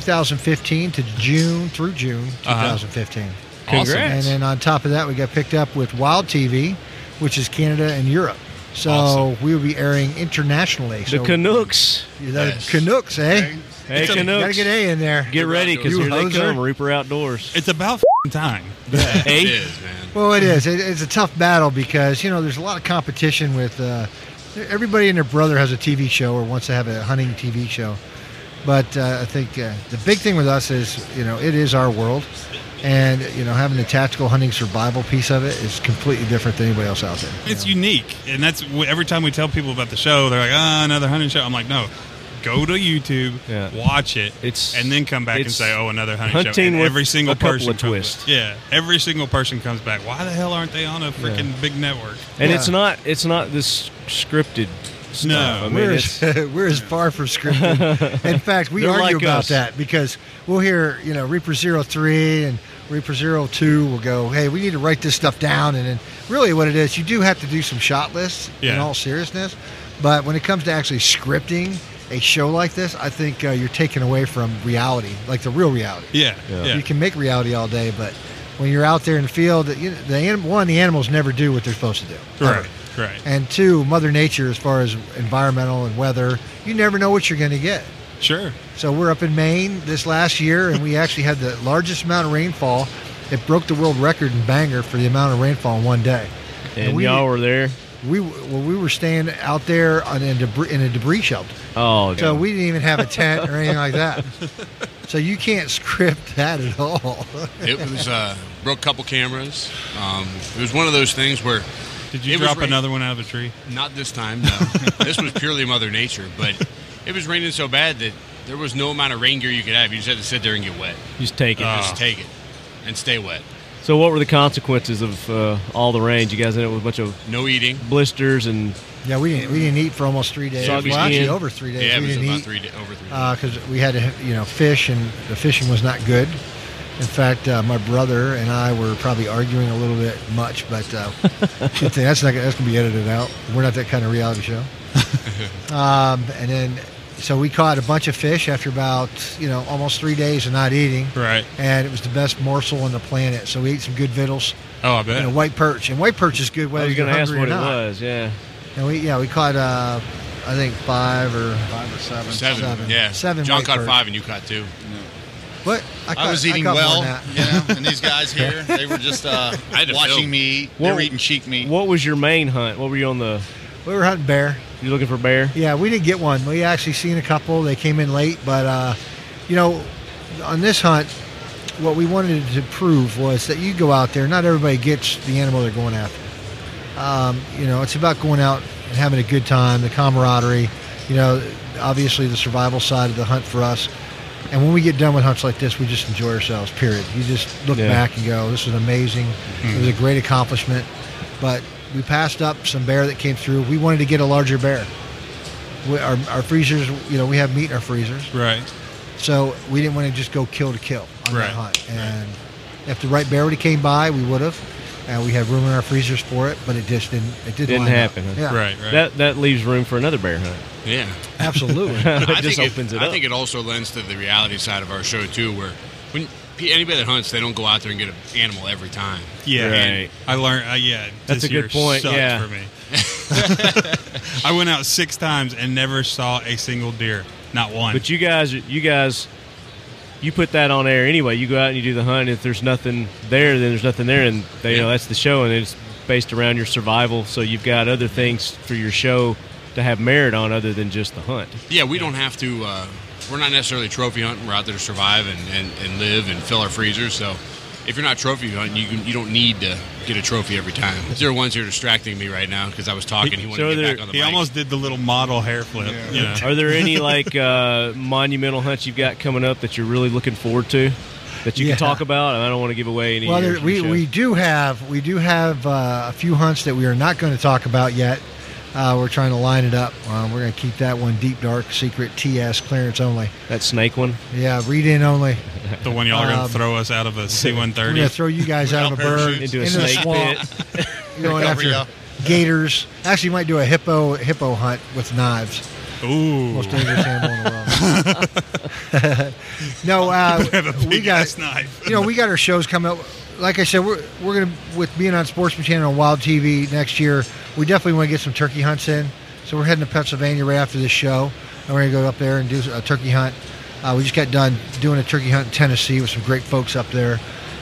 2015 to June through June
Uh-huh.
2015. And
Congrats.
then on top of that, we got picked up with Wild TV, which is Canada and Europe. So
Awesome.
we will be airing internationally.
The
So
Canucks.
the Canucks, eh?
Hey,
Got to
Canucks.
get A in there.
Get ready because
You
here they
hoser.
come, Reaper Outdoors.
It's about f***ing time.
<laughs>
It
Hey,
is, man.
Well, it is. It, it's a tough battle because you know there's a lot of competition with uh, everybody and their brother has a TV show or wants to have a hunting TV show. But uh, I think uh, the big thing with us is you know it is our world, and you know having the tactical hunting survival piece of it is completely different than anybody else out there. you
It's
know.
unique, and that's every time we tell people about the show, they're like, "Ah, another hunting show." I'm like, "No, go to YouTube,
Yeah.
watch it,
It's-
and then come back and
it's
say, "Oh, another hunting, show."
hunting
And
with
every single
a couple
person
of
comes
twists.
back- Yeah, every single person comes back. Why the hell aren't they on
<laughs>
a freaking big network?
and
Yeah.
it's not it's not this scripted stuff. I mean,
we're,
it's,
as, <laughs> we're as far from
<laughs>
scripted. In fact, we
They're
argue
like
about
us.
that because we'll hear, you know, Reaper Zero Three and Reaper 02 will go, hey, we need to write this stuff down. And then really what it is, you do have to do some shot lists in
Yeah.
all seriousness. But when it comes to actually scripting a show like this, I think uh, you're taken away from reality, like the real reality.
Yeah, yeah.
You can make reality all day, but when you're out there in the field, you know, the anim- one, the animals never do what they're supposed to do.
right,
Ever
right.
and two, Mother Nature as far as environmental and weather. You never know what you're going to get.
Sure.
So we're up in Maine this last year, and we actually had the largest amount of rainfall. It broke the world record in Bangor for the amount of rainfall in one day.
and
we-
y'all were there.
We well, we were staying out there on a debris, in a debris shelter,
Oh,
so
God.
we didn't even have a tent or anything
<laughs>
like that. So you can't script that at all.
It was uh, broke a couple cameras. Um, it was one of those things where
Did you
It was
drop
ra-
another one out of a tree?
Not this
<laughs>
time. No. this was purely Mother Nature, but it was raining so bad that there was no amount of rain gear you could have. You just had to sit there and get wet.
just take it.
Just take it and stay wet.
so, what were the consequences of uh, all the rain? You guys ended up with a bunch of
No eating.
blisters and
yeah, we didn't we didn't eat for almost three days.
So
well,
we
actually,
did-
over three days.
yeah, it
we
was
didn't
about
eat.
three da over three. days.
because we had to, you know, fish, and the fishing was not good. In fact, uh, my brother and I were probably arguing a little bit much, but
<laughs>
uh, good thing that's not gonna, that's gonna be edited out. We're not that kind of reality
<laughs>
show. um, and then, so we caught a bunch of fish after about you know almost three days of not eating,
Right.
and it was the best morsel on the planet. So we ate some good victuals,
Oh, I
you know,
bet.
white perch, and white perch is good
I
whether
was
you're
going to ask
hungry
what
or
it
not.
was. Yeah,
And we yeah we caught uh, I think five or
Five or seven.
Seven.
seven.
Yeah.
Seven
John
white
caught
birds.
five and you caught two.
what I, caught,
I was eating
caught more
well,
than that.
you know, and these guys here, they were just uh,
I had to
watching
film.
me eat. They were
What-
eating cheek meat.
What was your main hunt? What were you on the?
We were hunting bear.
You looking for bear?
Yeah, we didn't get one. We actually seen a couple. They came in late, but uh, you know, on this hunt, what we wanted to prove was that you go out there. Not everybody gets the animal they're going after. Um, you know, it's about going out and having a good time, the camaraderie. You know, obviously the survival side of the hunt for us. And when we get done with hunts like this, we just enjoy ourselves. Period. You just look
Yeah.
back and go, "This is amazing. It was a great accomplishment." But we passed up some bear that came through. We wanted to get a larger bear we, our, our freezers, you know, we have meat in our freezers,
Right.
so we didn't want to just go kill to kill on
Right,
that hunt. And if the right bear would have came by, we would have, and we had room in our freezers for it, but it just didn't. It didn't,
Didn't
line up.
happen, huh?
Yeah,
Right. Right.
That that leaves room for another bear hunt.
Yeah. <laughs>
Absolutely.
it
I
just
think
opens
it,
it
I
up.
think it also lends to the reality side of our show too, where when pe- anybody that hunts, they don't go out there and get an animal every time.
Yeah,
Right.
I learned. Uh, yeah,
That's
this
a good
year
point,
sucked
yeah.
for me.
<laughs>
I went out six times and never saw a single deer, not one.
But you guys, you guys, you put that on air anyway. You go out and you do the hunt. If there's nothing there, then there's nothing there, and they, you know that's the show, and it's based around your survival. So you've got other things for your show to have merit on other than just the hunt.
Yeah, we don't have to. Uh, we're not necessarily trophy hunting. We're out there to survive and, and, and live and fill our freezers. So if you're not trophy hunting, you can, you don't need to get a trophy every time. Zero ones here distracting me right now because I was talking. He wanted
So
to get
there-
back on the
He
mic.
almost did the little model hair flip. you know.
Are there any like uh, monumental hunts you've got coming up that you're really looking forward to that you
Yeah.
can talk about? And I don't want to give away any.
Well,
here
there,
from the
we,
show.
we do have we do have uh, a few hunts that we are not going to talk about yet. Uh, we're trying to line it up. Uh, we're going to keep that one deep dark secret TS clearance only.
that snake one.
Yeah, read in only.
<laughs> The one y'all are going
Um,
to throw us out of a C
We're going to
130.
throw you guys out of a
Without
bird
parachutes.
Into a
the
snake
swamp.
<laughs>
You're <laughs> going
Recovery,
after gators. Actually, might do a hippo hippo hunt with knives.
Ooh.
Most dangerous animal in the
<laughs>
world. no, uh,
Have a
we
big
got
ass knife.
you know, we got our shows coming up. Like I said, we're, we're going to, with being on Sportsman Channel and Wild TV next year, we definitely want to get some turkey hunts in. So we're heading to Pennsylvania right after this show. And we're going to go up there and do a turkey hunt. Uh, we just got done doing a turkey hunt in Tennessee with some great folks up there.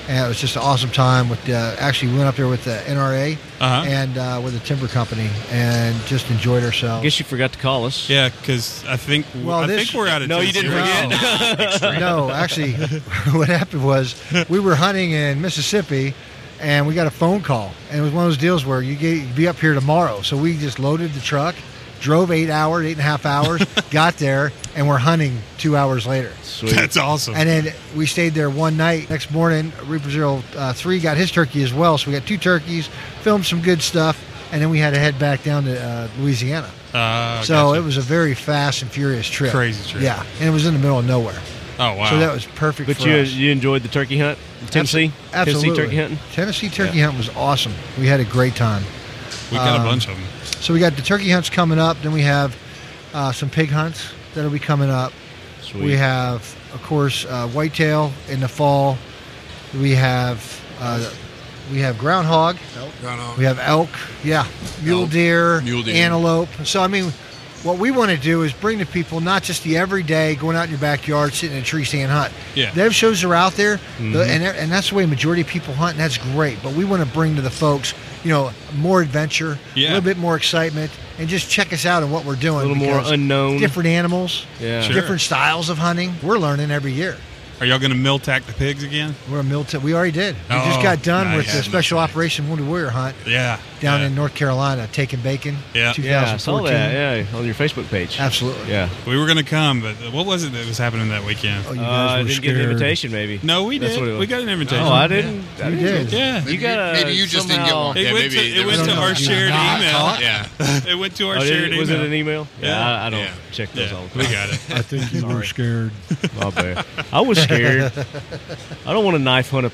And it was just an awesome time. With uh, Actually, we went up there with the NRA
Uh-huh.
and uh, with the timber company and just enjoyed
I
ourselves.
guess you forgot to call us.
Yeah, because I think
Well,
I
this-
think we're out of.
No, you
Tennessee.
didn't forget.
no, actually, <laughs> what happened was we were hunting in Mississippi, and we got a phone call, and it was one of those deals where you get you'd be up here tomorrow. So we just loaded the truck, drove eight hours, eight and a half hours, got there, and we're hunting two hours later.
Sweet.
That's awesome.
And then we stayed there one night. Next morning, Reaper Zero uh, Three got his turkey as well, so we got two turkeys, filmed some good stuff, and then we had to head back down to uh, Louisiana.
Uh,
so
gotcha.
it was a very fast and furious trip.
Crazy trip.
Yeah, and it was in the middle of nowhere.
Oh wow.
So that was perfect.
But
for
you
us.
you enjoyed the turkey hunt, Tennessee,
Abso-
Tennessee
absolutely.
turkey hunting.
Tennessee turkey hunt was awesome. We had a great time.
we got
um,
a bunch of them.
So we got the turkey hunts coming up. Then we have uh, some pig hunts that'll be coming up.
Sweet.
We have, of course, uh, whitetail in the fall. We have uh, we have groundhog. We have elk. Yeah, mule
Elk,
deer,
mule deer.
antelope. So I mean, what we want to do is bring to people not just the everyday going out in your backyard, sitting in a tree stand hunt.
Yeah.
those shows are out there,
Mm-hmm.
the- and they're- and that's the way majority of people hunt, and that's great. But we want to bring to the folks, you know, more adventure,
Yeah.
a little bit more excitement, and just check us out on what we're doing.
A little more
because
unknown.
different animals,
Yeah. Sure.
different styles of hunting. We're learning every year.
Are y'all going to mill tack the pigs again?
We're a mill. we already did. We
Oh,
just got done with
nice.
the special operation wounded warrior hunt
Yeah.
down
yeah.
in North Carolina, taking bacon.
Yeah.
Yeah, I
2014.
saw that. Yeah, on your Facebook page.
Absolutely.
Yeah.
We were going to come, but what was it that was happening that weekend?
Oh, you
Uh,
guys
I
were
didn't get an
scared.
invitation, maybe.
No, we
That's what it
did.
was.
We got an invitation.
Oh, I didn't. I
You
didn't-
did.
Yeah.
You got
maybe you just didn't get one.
It
Yeah,
went
maybe
to, it
there
went
was
to
no-
our
you
shared
were not
email.
caught.
Yeah.
<laughs> It went to our
Oh, did
shared
it, was it
email.
an email? Yeah, I, I don't
Yeah.
check those
yeah,
all the
we
time.
got it.
I think you were scared.
My <laughs> bad. I was scared. I don't want to knife hunt a,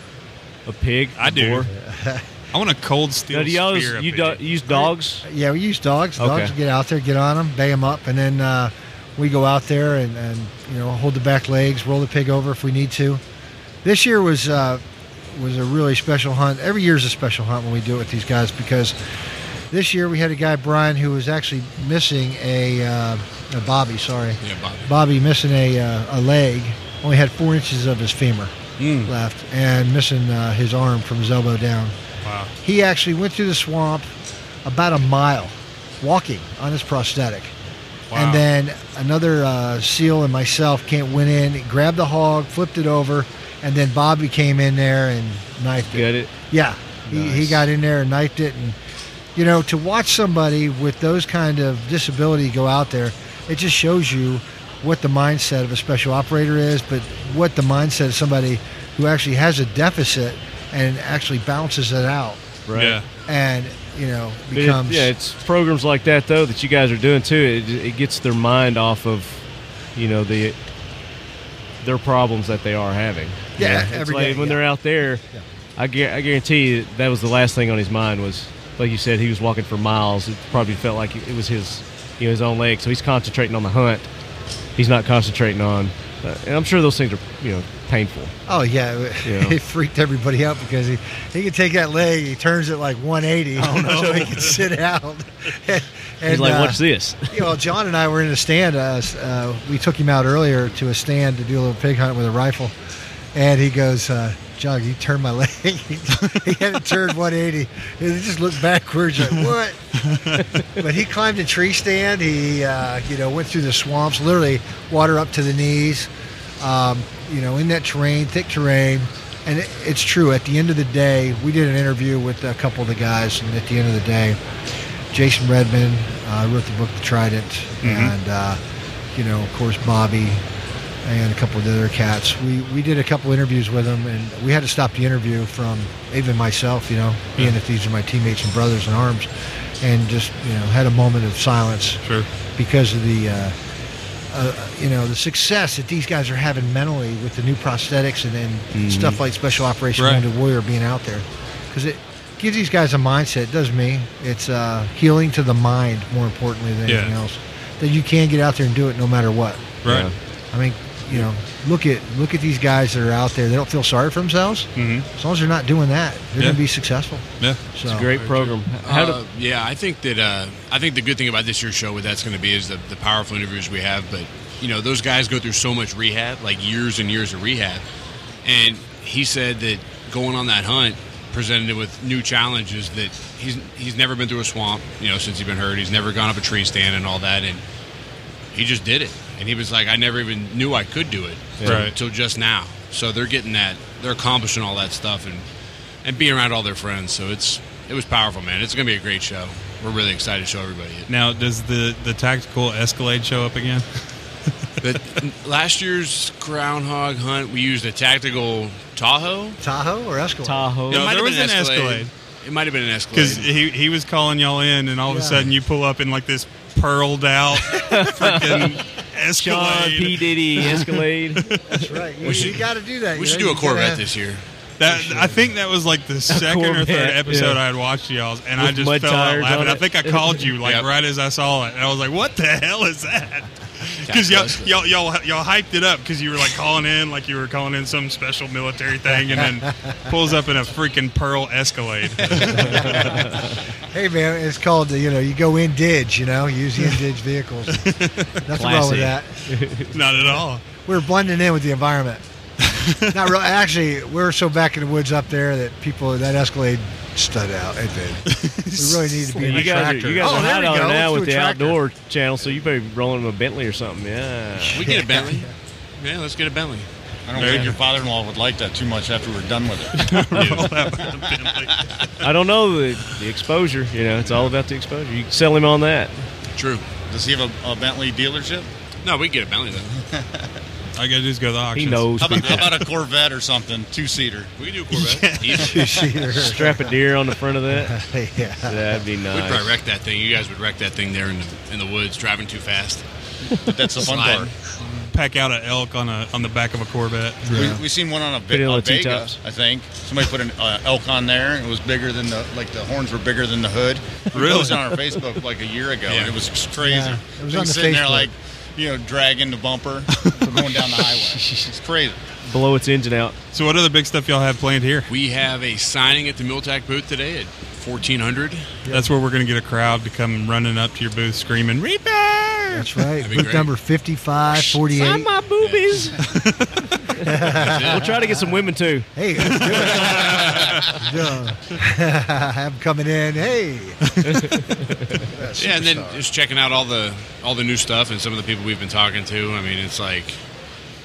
a pig.
I
a
do.
boar. <laughs>
I want a cold steel
Now, do y'all
spear.
use,
up
you
in
do,
it.
use dogs?
Yeah, we use dogs. Dogs
Okay.
get out there, get on them, bay them up, and then uh, we go out there and, and you know hold the back legs, roll the pig over if we need to. This year was uh, was a really special hunt. Every year's a special hunt when we do it with these guys because this year we had a guy Brian who was actually missing a, uh, a Bobby. Sorry,
Yeah, Bobby.
Bobby missing a uh, a leg. Only had four inches of his femur
Hmm.
left, and missing uh, his arm from his elbow down
Wow.
he actually went through the swamp about a mile walking on his prosthetic.
Wow.
And then another uh, SEAL and myself came, went in, grabbed the hog, flipped it over, and then Bobby came in there and knifed it.
Get it?
Yeah, he, he
Nice.
got in there and knifed it, and you know, to watch somebody with those kind of disability go out there, it just shows you what the mindset of a special operator is, but what the mindset of somebody who actually has a deficit and actually balances it out,
Right.
Yeah.
and you know
But it-
becomes
yeah, it's programs like that though that you guys are doing too. It, it gets their mind off of, you know, the their problems that they are having.
Yeah,
it's
every
like
day,
when
yeah.
they're out there, I, gu- I guarantee you that was the last thing on his mind was, like you said, he was walking for miles. It probably felt like it was his, you know, his own leg. So he's concentrating on the hunt. He's not concentrating on uh, and I'm sure those things are you know painful.
Oh yeah, <laughs>
Yeah.
it freaked everybody out because he, he could take that leg, he turns it like 180,
Oh,
<laughs> so he could sit out. and,
Uh-huh. He's like,
uh,
watch this.
<laughs> you know, John and I were in a stand. Uh, s- uh, we took him out earlier to a stand to do a little pig hunt with a rifle, and he goes, uh, "John, you turned my <laughs> leg." he had it turned 180. And he just looked backwards like what?
<laughs>
but he climbed a tree stand. He, uh, you know, went through the swamps, literally water up to the knees. Um, you know, in that terrain, thick terrain. And it, it's true. At the end of the day, we did an interview with a couple of the guys, and at the end of the day, Jason Redman uh, wrote the book The Trident,
Mm-hmm.
and uh, you know, of course, Bobby and a couple of the other cats. We we did a couple interviews with them, and we had to stop the interview from even myself, you know, being that these are my teammates and brothers in arms, and just you know had a moment of silence
Sure.
because of the. Uh, uh, you know the success that these guys are having mentally with the new prosthetics and then stuff like Special Operations
Mm-hmm. Right.
Wounded Warrior being out there, because it gives these guys a mindset. It does me. It's uh, healing to the mind more importantly than
Yeah.
anything else. That you can get out there and do it no matter what.
Right.
I mean, you know, look at look at these guys that are out there. They don't feel sorry for themselves.
Mhm.
As long as they're not doing that, they're
Yeah.
going to be successful.
Yeah.
So
It's a great program. How do,
Uh, yeah, I think that uh, I think the good thing about this year's show, what that's going to be, is the, the powerful interviews we have. But you know, those guys go through so much rehab, like years and years of rehab. And he said that going on that hunt presented him with new challenges that he's he's never been through a swamp, you know, since he's been hurt. He's never gone up a tree stand and all that, and he just did it. And he was like, I never even knew I could do it till-
Right.
till just now. So they're getting that, they're accomplishing all that stuff and and being around all their friends. So it's it was powerful, man. It's gonna be a great show. We're really excited to show everybody it.
Now, does the the tactical Escalade show up again?
But last year's groundhog hunt, we used a tactical Tahoe.
<laughs> Tahoe or Escalade?
Tahoe.
No,
might
there
have
was
been
an Escalade.
It might have been an
Because
Escalade.
he he was calling y'all in, and all of a
Yeah.
sudden you pull up in like this
<laughs>
pearled out freaking
John P.
Escalade.
Diddy Escalade.
That's right. You, got to do that.
we
you
should
know?
do a
You gotta
Corvette
have-
this year.
That I think that was like the second or third
Corvette,
episode
yeah.
I had watched y'all's, and I
With
just
mud
fell out
tires on
laughing. I
it.
think I called you like
Yep.
right as I saw it, and I was like, "What the hell is that?" Because y'all,
Escalade.
y'all y'all y'all hyped it up because you were like calling in like you were calling in some special military thing, and
<laughs>
then pulls up in a freaking pearl Escalade.
Hey man, it's called the, you know you go in dig. You know, use the in dig
<laughs>
vehicles. Nothing wrong
Classy.
with that.
<laughs>
<laughs> Not at all.
we're blending in with the environment. Not really. Actually, we're so back in the woods up there that people that Escalade stud out. I think we really need to be in
<laughs> You
a
guys are,
tractor.
you guys
oh,
are
there
hot
we
on
go.
it now with
Let's do a
the
tractor.
outdoor channel, so you better be rolling them a Bentley or something. Yeah.
We get a
<laughs>
Bentley. Yeah, let's get a Bentley.
I don't think your father-in-law would like that too much after we're done
<laughs>
with it.
I don't know the, the exposure. You know, it's all about the exposure. You can sell him on that.
True.
Does he have a, a Bentley dealership?
No, we can get a Bentley though.
All you gotta do is go to the auction.
He knows.
How about, how about a Corvette or something, two-seater?
We can do
<laughs>
a Corvette. Easy.
<laughs> Two-seater.
Strap a deer on the front of that.
<laughs> yeah.
<laughs> That'd be
We'd
nice.
probably wreck that thing. You guys would wreck that thing there in the, in the woods, driving too fast.
But that's the fun
Slide.
part.
pack out an elk on a on the back of a Corvette.
We, we seen one on a,
Put it
Ve-
on
a
the
Vega,
T-tops.
I think. Somebody put an uh, elk on there, and it was bigger than the like the horns were bigger than the hood.
Really?
It was on our Facebook like a year ago,
Yeah.
and it was crazy.
Yeah, it was on the
sitting there
Facebook.
like, you know, dragging the bumper, going down the
<laughs>
highway. It's crazy.
Blow its engine out.
So what other big stuff y'all have planned here?
We have a signing at the Miltac booth today at 1400.
That's where we're gonna get a crowd to come running up to your booth screaming Reaper.
That's right.
That'd be
Booth
great.
number 55, 48.
Sign my
<laughs>
boobies. we'll try to get some women too.
<laughs> hey, let's do
<laughs>
it. Duh. I'm coming in. Hey.
Yeah, and then just checking out all the all the new stuff and some of the people we've been talking to. I mean, it's like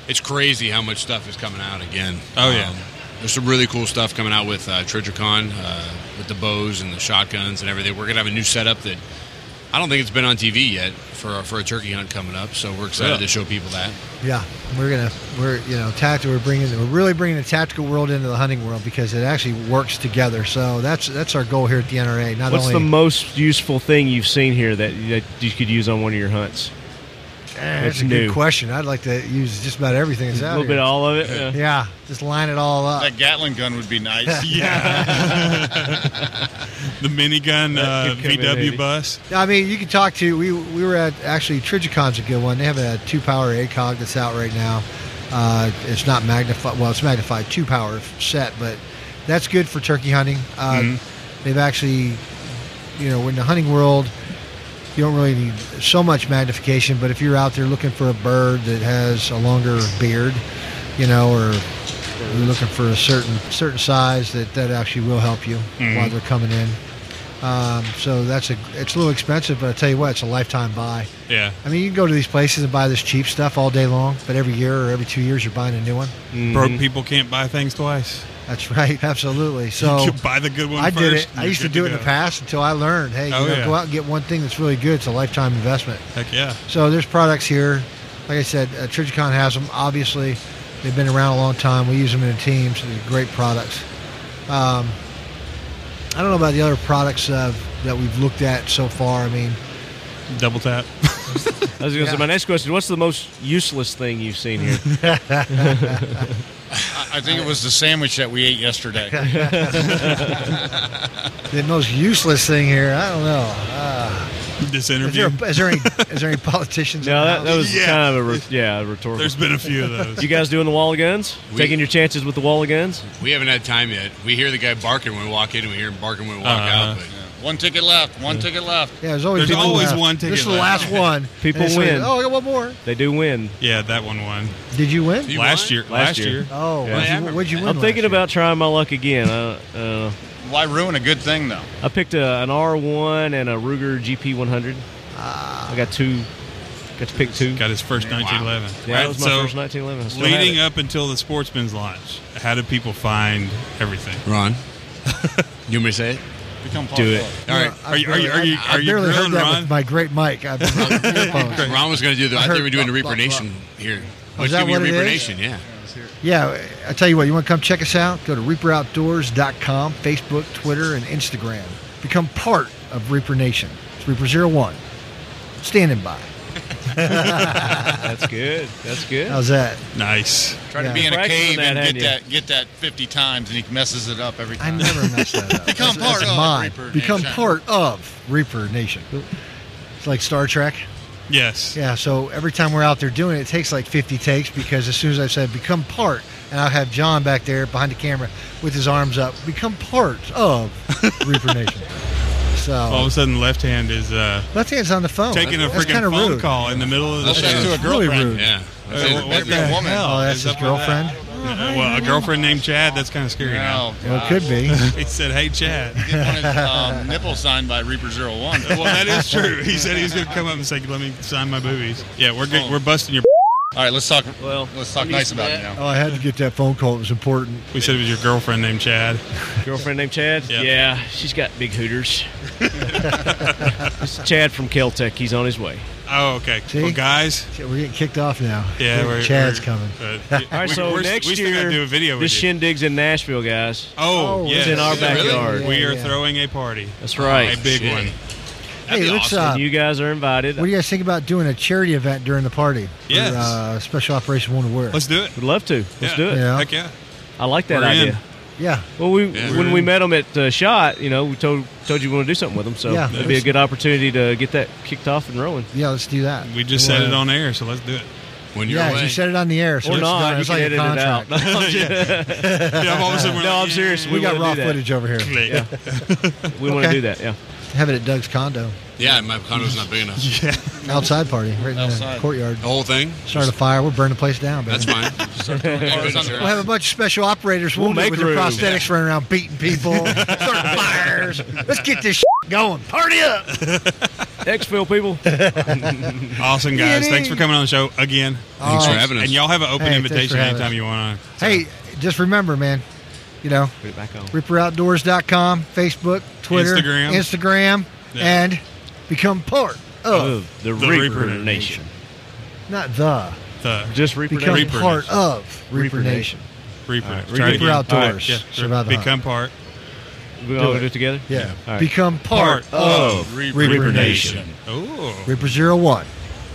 it's crazy how much stuff is coming out again.
Oh, yeah.
Um,
Um, <laughs>
there's some really cool stuff coming out with uh, Trigicon, uh, with the bows and the shotguns and everything. We're gonna have a new setup that I don't think it's been on TV yet for for a turkey hunt coming up. So we're excited
Yeah.
to show people that.
Yeah, we're gonna we're you know tactical. We're bringing we're really bringing the tactical world into the hunting world because it actually works together. So that's that's our goal here at the NRA. Not
What's the
only
most useful thing you've seen here that, that you could use on one of your hunts?
Ah, That's
It's
a
new.
good question. I'd like to use just about everything that's
a
out
little bit
here.
of all of it. Yeah.
yeah, just line it all up.
That Gatlin gun would be
<laughs>
nice.
<laughs> The minigun
That
uh,
could come in handy.
VW bus.
I mean, you can talk to we we were at actually Trigicon's a good one. They have a two power ACOG that's out right now. Uh, it's not magnified. Well, it's magnified two power set, but that's good for turkey hunting. Uh,
Mm-hmm.
They've actually, you know, in the hunting world, you don't really need so much magnification. But if you're out there looking for a bird that has a longer beard, you know, or you're looking for a certain certain size, that that actually will help you
Mm-hmm.
while they're coming in. Um, so that's a it's a little expensive, but I tell you what, it's a lifetime buy.
Yeah.
I mean, you can go to these places and buy this cheap stuff all day long, but every year or every two years, you're buying a new one.
<laughs> Broke people can't buy things twice.
Mm-hmm. That's
<laughs>
right, absolutely. So
you buy the good one
I did
first,
it.
and
I
you're
used to
good
do it in
go.
the past until I learned, hey, you
Oh,
know,
yeah.
go out and get one thing that's really good. It's a lifetime investment.
Heck yeah.
So there's products here. Like I said, uh, Trigicon has them. Obviously, they've been around a long time. We use them in teams. They're great products. Um, I don't know about the other products uh, that we've looked at so far. I mean,
Double tap.
<laughs> I was going to
Yeah.
say, my next question what's the most useless thing you've seen here?
<laughs>
<laughs>
I I think it was the sandwich that we ate
<laughs>
yesterday.
the most useless thing here. I don't know. Uh,
this
is, there
interview.
a,
<laughs>
is there any is there any politicians? in
no,
the
that,
house?
that was
Yeah.
kind of a re- yeah, a rhetorical.
There's been a few of those.
you guys doing the wall of guns?
We-
Taking your chances with the wall of guns?
We haven't had time yet. We hear the guy barking when we walk in, and we hear him barking when we walk out. But
One ticket left. One ticket left.
yeah. There's always
Uh-huh. There's
people
always
left.
one
This
ticket
is the
left.
last one.
<laughs> People
And they say,
win.
Oh, I got one more.
They do win.
Yeah, that one won.
Did you win?
You
last
won?
year.
Last
Last
year.
year.
Oh,
Yeah.
what'd,
I
you,
remember
what'd you win?
I'm
last
thinking
year?
about trying my luck again. I, uh,
Why ruin a good thing though?
I picked a, an R1 and a Ruger GP100.
Ah.
I got two. Got to pick two.
Got his first 1911.
Yeah, that
Right,
was my
so
first 1911. I still have
leading
it.
up until the sportsman's launch, how did people find everything? <laughs>
Ron, you want me to say it?
Become part
Do
of
it.
it.
All right.
I've
Are you- are you-
barely-
are you- are
I've-
you
I've barely
grilling
heard that
Ron?
with my great
<laughs>
mic. I've been earphones.
<laughs> Ron was going to do the. I,
heard
think we're doing the
blah, blah,
Reaper
blah.
Nation here.
Oh, is
Let's
that
give me
what it
Reaper
is?
Nation. Yeah.
Yeah, I tell you what, you want to come check us out? Go to ReaperOutdoors.com, Facebook, Twitter, and Instagram. Become part of Reaper Nation. It's Reaper 01. Standing by.
<laughs>
<laughs>
That's good. That's good.
How's that?
Nice.
Try
Yeah.
to be in a
Practice
cave
that,
and
hadn't
get
you?
that get that fifty times, and he messes it up every
I
time.
never messed that
<laughs>
up.
Become
That's- that's
part of
mine.
Reaper
Become
Nation.
part of Reaper Nation. It's like Star Trek.
Yes.
Yeah, so every time we're out there doing it, it takes like 50 takes because as soon as I said become part, and I'll have John back there behind the camera with his arms up, become part of Reaper Nation.
<laughs>
So
All of a sudden, left hand is uh,
left hand's on the phone.
taking a
That's
freaking
kinda
phone
rude.
call in the middle of the
That's
show.
just to a
really
girlfriend.
rude.
Yeah. That's
Hey,
it.
what-
That's
what
it.
the
woman.
hell
Oh, that's
is
his
up with that?
girlfriend.
Uh, well, a girlfriend named Chad. That's kind of scary. Now
No,
Well, it could
<laughs>
be.
<laughs> he said, "Hey, Chad."
Uh, He wanted, um, nipple signed by Reaper Zero One.
Well, that is true. He
<laughs>
said he was going to come up and say, "Let me sign my boobies." Yeah, we're good. we're busting your.
All right, let's talk.
Well,
Oh. let's talk
I'm
nice
used to
about
that.
it now.
Oh, I had to get that phone call. It was important.
We said it was your girlfriend named Chad.
Girlfriend named Chad?
Yeah.
Yeah, she's got big
<laughs>
hooters. It's Chad from Keltec. He's on his way.
Oh, okay.
See?
Well, guys.
Shit, We're getting kicked off now.
Yeah, we're,
Chad's
we're-
coming. <laughs>
uh,
All right,
we-
so
we're-
next
we still
year,
gotta do a video.
this
with you.
shindig's in Nashville, guys.
Oh,
Oh,
It's
yes.
in our
Is it really?
backyard.
Yeah.
we are throwing a party.
That's right.
A big
Shit.
one.
That'd
hey,
be
let's.
awesome.
Uh,
You guys are invited.
what do you guys think about doing a charity event during the party? for,
Yes.
uh, Special Operation Wounded Warrior.
Let's do it.
Would love to. Let's
Yeah.
do it.
Yeah.
Heck yeah.
I like that
We're in.
idea.
yeah.
Well, we
Yeah.
when we met them at uh, Shot, you know, we told told you we want to do something with them, so
Yeah.
it'd be a good opportunity to get that kicked off and rolling.
Yeah, let's do that.
We just
We'll,
said it
uh,
on air, so let's do it.
When you're
Yeah,
away.
you said it on the air. So
or
it's
not,
done.
you
It's
can
like
edit
a
it out.
contract.
No, <laughs> I'm,
<laughs>
just-
Yeah, all of a sudden we're
no,
like,
I'm serious.
We got
wanna
raw
do that.
footage over here.
Click.
<laughs> We want to
Okay.
do that. Yeah.
Have it at Doug's condo.
Yeah, my condo's not big enough.
<laughs> Outside party, right in the
Outside.
courtyard.
The whole thing.
Start a
<laughs>
fire. We'll burn the place down. Baby.
That's fine.
<laughs> We'll have a bunch of special operators wounded
make
with their
room.
prosthetics running around beating people,
<laughs>
starting fires. Let's get this <laughs> shit going. Party up.
Exfil people.
<laughs>
Awesome, guys.
Yay.
Thanks for coming on the show again.
Thanks for having us.
And y'all have an open
Hey, thanks
invitation
for having
anytime
us.
you want on.
Hey, just remember, man. You know,
Put it back on.
ReaperOutdoors.com, Facebook, Twitter,
Instagram.
Instagram,
Yeah.
and become part of
Of the,
The
Reaper,
Reaper
Nation.
Nation.
not the
The
Just Reaper
become
Nation.
Reaper
part
Nation.
of Reaper,
Reaper
Nation.
Reaper.
Reaper
Try it again.
Outdoors.
All right, yeah.
Survive the
Become part.
We all
Do it.
do it together.
Yeah,
All right.
become part,
Part
of
Reaper
Reaper
Oh.
Reaper Zero One.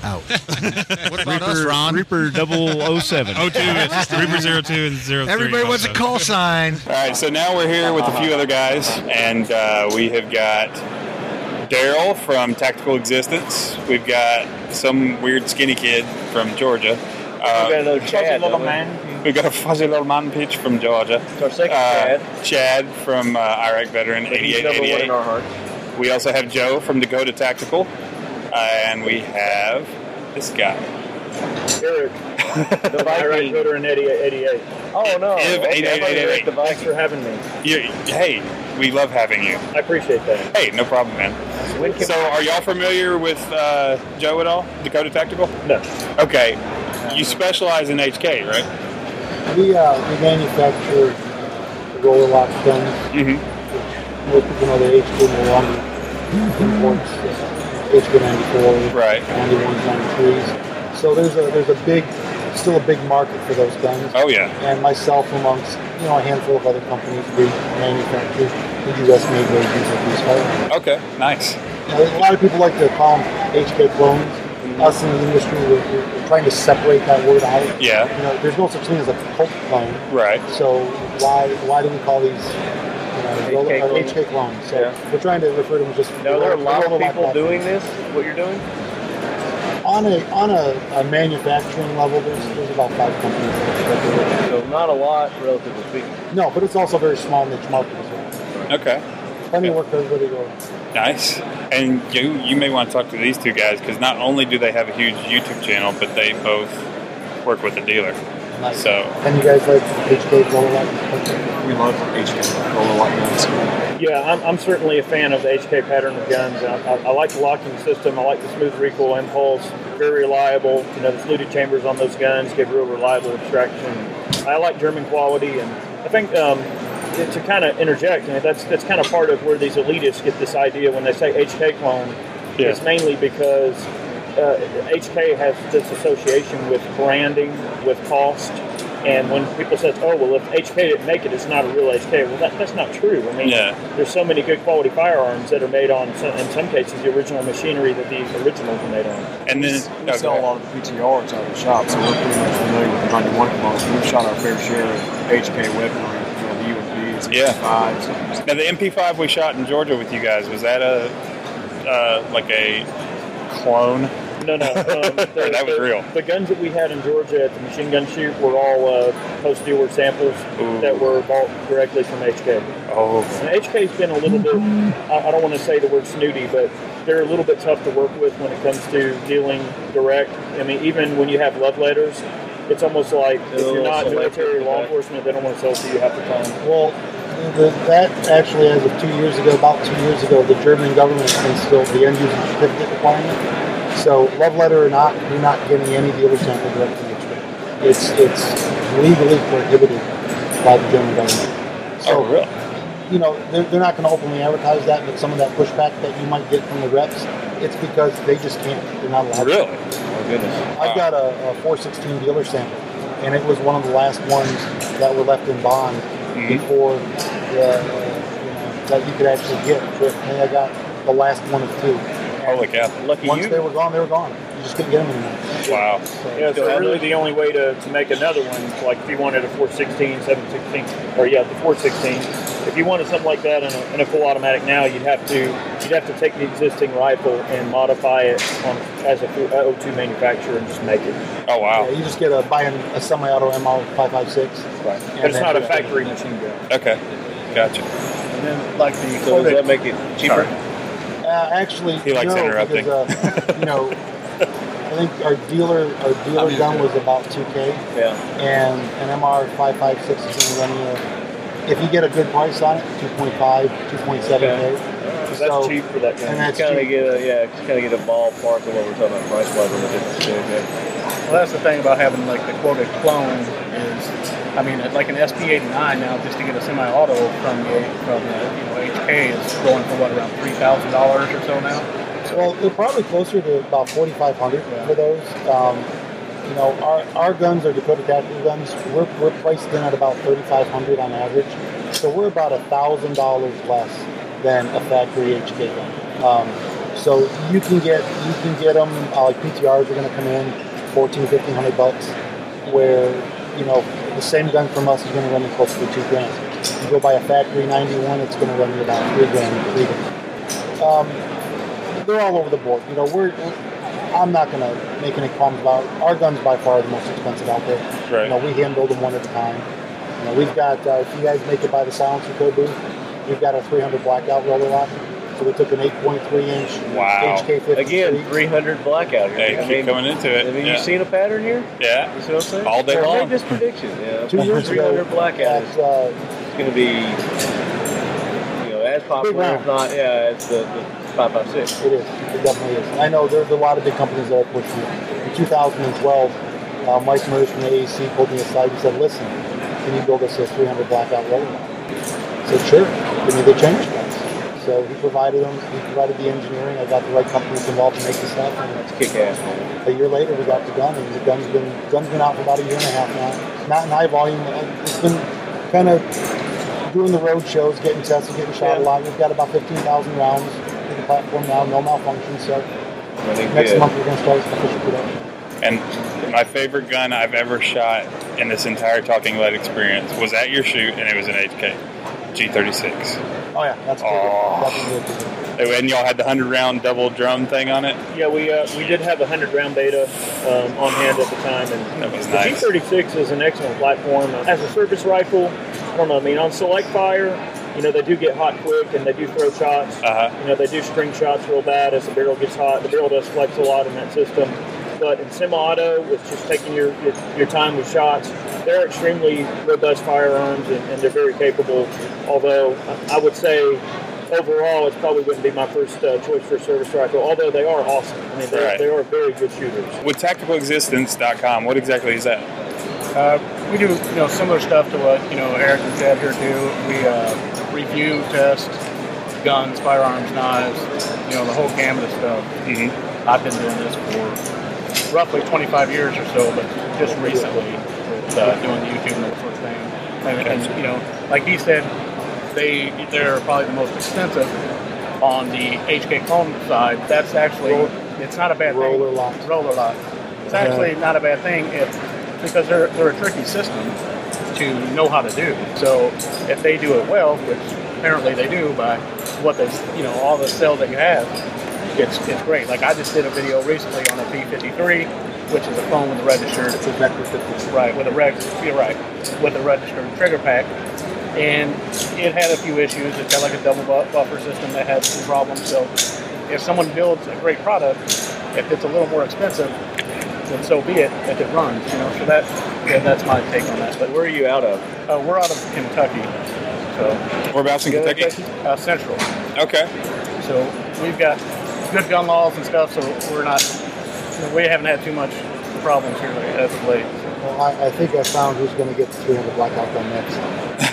out.
What about us, Ron?
<laughs>
Reaper 007.
O two is Reaper zero two and zero three.
Everybody wants a
also.
call sign.
All right, so now we're here with a few other guys, and uh, we have got Daryl from Tactical Existence. We've got some weird skinny kid from Georgia. Uh,
got another Chad,
little
don't we?
man. We've got a fuzzy little man pitch from Georgia.
It's our second
Uh,
Chad.
Chad from uh, Iraq veteran,
He's number one in
8888.
our hearts.
We also have Joe from Dakota Tactical, uh, and we have this guy,
Eric, <laughs> the Viking veteran 88. Oh, no.
Ev,
Okay,
88,
I'm Eric, The
88.
Vikes for having me.
You, hey, we love having you.
I appreciate that.
Hey, no problem, man.
When can
So, are y'all familiar with uh, Joe at all? Dakota Tactical?
no.
Okay. You specialize in HK, right?
We, uh, we manufacture roller lock guns.
Mm-hmm.
Most people know the HQ Milwaukee imports uh, HQ 94,
Right.
91s, 93s. So there's a there's a big, still a big market for those guns.
Oh yeah.
And myself, amongst you know a handful of other companies, we manufacture the U.S.-made versions of these firearms.
Okay. Nice.
Now, a lot of people like to call them HK clones. Us in the industry, we're, we're trying to separate that word out.
Yeah.
You know, there's no such thing as a cult clone.
Right.
So why why do we call these you know,
HK
HK,
clones.
HK clones? So
Yeah.
we're trying to refer to them just.
Now, are there a lot of
roller lock
people
lock.
doing this, what you're doing?
on a on a, a manufacturing level. There's, there's about five companies. That do it.
So not a lot, relatively speaking.
No, but it's also a very small niche market as well.
Okay.
Plenty of work for everybody to go.
Nice. And you you may want to talk to these two guys because not only do they have a huge YouTube channel, but they both work with a dealer.
Nice.
So
And you guys like HK roller lock?
We love HK roller lock guns. Yeah, I'm, I'm certainly a fan of the HK pattern of guns. I, I, I like the locking system. I like the smooth recoil impulse. Very reliable. You know, the fluted chambers on those guns give real reliable extraction. I like German quality, and I think um, it- to kind of interject, I mean, that's that's kind of part of where these elitists get this idea when they say HK clone.
Yeah.
It's mainly because uh, HK has this association with branding, with cost. And when people said, "Oh well, if HK didn't make it, it's not a real HK," well, that, that's not true. I mean,
Yeah.
there's so many good quality firearms that are made on, some, in some cases, the original machinery that these originals were made on.
and then
We
okay.
sell a lot of PTRs out of the shop, so we're pretty much familiar with 91 components. We've shot our fair share of HK weaponry, you know, the UMPs,
Yeah.
fives.
Now the MP5 we shot in Georgia with you guys was that a uh, like a clone? <laughs>
No, no, um, the,
That was
the-
real.
The guns that we had in Georgia at the machine gun shoot were all uh, post dealer samples
Ooh.
that were bought directly from HK.
Oh,
And HK's been a little bit, I I don't want to say the word snooty, but they're a little bit tough to work with when it comes to dealing direct. I mean, even when you have love letters, it's almost like if
Oh,
you're not
so they
military
put
or
it
law
back.
enforcement, they don't want to sell to you half the time.
Well, the, that actually, as of two years ago, about two years ago, the German government instilled the end user certificate requirement. So, love letter or not, you're not getting any dealer sample direct from HK. It's it's legally prohibited by the German government. So,
oh, really?
you know, they're, they're not going to openly advertise that, but some of that pushback that you might get from the reps, it's because they just can't. They're not allowed. to.
Really?
Oh, goodness.
I've got a, a 416 dealer sample, and it was one of the last ones that were left in bond
Mm-hmm.
before the, uh, you know, that you could actually get. But I got the last one of two.
Holy cow!
Lucky
Once
you.
they were gone, they were gone. You just couldn't get them anymore.
Wow.
Yeah, so really the only way to, to make another one, like if you wanted a 416, 716, or yeah, the 416, if you wanted something like that in a, in a full automatic now, you'd have to you'd have to take the existing rifle and modify it on, as a full- uh, 02 manufacturer and just make it.
Oh
Yeah,
wow.
you just get a buying a semi-auto MR 556.
Right. But it's not a factory machine gun.
Okay. Gotcha.
And then, like the
So does
Codex-
that
make it
Sorry.
Uh, actually,
He likes
no,
interrupting.
Because, uh, you know, I think our dealer our dealer gun was about 2K.
Yeah.
and an MR 556 is going to run you, if you get a good price on it, 2.5, 2.7K.
That's
So-
cheap for that gun.
And that's
kind
cheap.
of get a yeah, just kind of get a ballpark of what we're talking about price wise on the difference too. Yeah. Well, that's the thing about having like the quoted clone is, I mean, like an SP89 now just to get a semi-auto from the from the you know HK is going for what around three thousand dollars or so now.
Well, they're probably closer to about 4,500
Yeah.
for those. Um, you know, our, our guns are Dakota Tactical guns. We're, we're priced in at about 3,500 on average. So we're about $1,000 less than a factory HK gun. Um, So you can get you can get them uh, like PTRs are going to come in 14, 1500 bucks, where you know the same gun from us is going to run you close to two grand. You go buy a factory 91, it's going to run you about three grand. Three grand. Um, they're all over the board. You know, we're I'm not going to make any comments about our guns. By far, the most expensive out there.
Right.
You know, we handle them one at a time. You know, we've got uh, if you guys make it by the silencer code booth, we've got a 300 blackout roller lock. So we took an 8.3 inch
Wow.
HK53.
Again, 300 blackout here.
They keep coming into it.
I mean, you
Yeah.
seen a pattern here?
Yeah.
You see what I'm saying?
All day
So
long.
Make this prediction. Yeah.
Two years ago,
300 blackout is going to be, you know, as popular,
round.
if not, yeah, as the, the 556.
It is. It definitely is. And I know there's a lot of big companies that are pushing it. In 2012, uh, Mike Mers from the AEC pulled me aside and said, listen, can you build us a 300 blackout roller lock? I said, sure. Give me the change price. So he provided them. He provided the engineering. I got the right companies involved to make the stuff. And that's
kick ass.
A year later, we got the gun, and the gun's been gun's been out for about a year and a half now. Not in high volume. It's been kind of doing the road shows, getting tested, getting shot a lot. We've got about 15,000 rounds in the platform now. No malfunctions. So
Running
next
good.
month we're going to start official production.
And my favorite gun I've ever shot in this entire Talking Lead experience was at your shoot, and it was an HK G36.
Oh yeah, that's
good. And y'all had the 100 round double drum thing on it?
Yeah, we uh, we did have a hundred round beta um, on hand at the time, and
That was
the
nice.
G36 is an excellent platform uh, as a service rifle. From I mean, on select fire, you know they do get hot quick, and they do throw shots.
Uh-huh.
You know they do string shots real bad as the barrel gets hot. The barrel does flex a lot in that system, but in semi-auto, it's just taking your your, your time with shots. They're extremely robust firearms, and, and they're very capable. Although I- I would say overall, it probably wouldn't be my first uh, choice for a service rifle, although they are awesome. I mean, they,
Right.
they are very good shooters.
With tacticalexistence.com, what exactly is that?
Uh, we do you know similar stuff to what you know Eric and Jeb here do. We uh, review, test guns, firearms, knives, you know the whole gamut of stuff. Mm-hmm. I've been doing this for roughly 25 years or so, but just recently with uh, doing YouTube and that sort of thing. And, and you know, like he said, they they're probably the most expensive on the HK clone side. That's actually it's not a bad roller thing.
lock.
Roller lock. It's
Yeah.
actually not a bad thing if because they're they're a tricky system to know how to do. So if they do it well, which apparently they do by what they you know all the cells that you have, it's it's great. Like I just did a video recently on a P53 which is a phone with a registered. It's a Vector 50. Right, with a reg. You're right, with a registered trigger pack, and it had a few issues. It's got like a double bu- buffer system that had some problems. So, if someone builds a great product, if it's a little more expensive, then so be it. If it runs, you know. So that, yeah, that's my take on that. But
where are you out of?
Uh, we're out of Kentucky. So.
Whereabouts in
You got a
Kentucky?
question? Uh, Central.
Okay.
So we've got good gun laws and stuff, so we're not, we haven't had too much problems here lately, as of late.
Well, I, I think I found who's going to get the 300 blackout gun
<laughs>
next.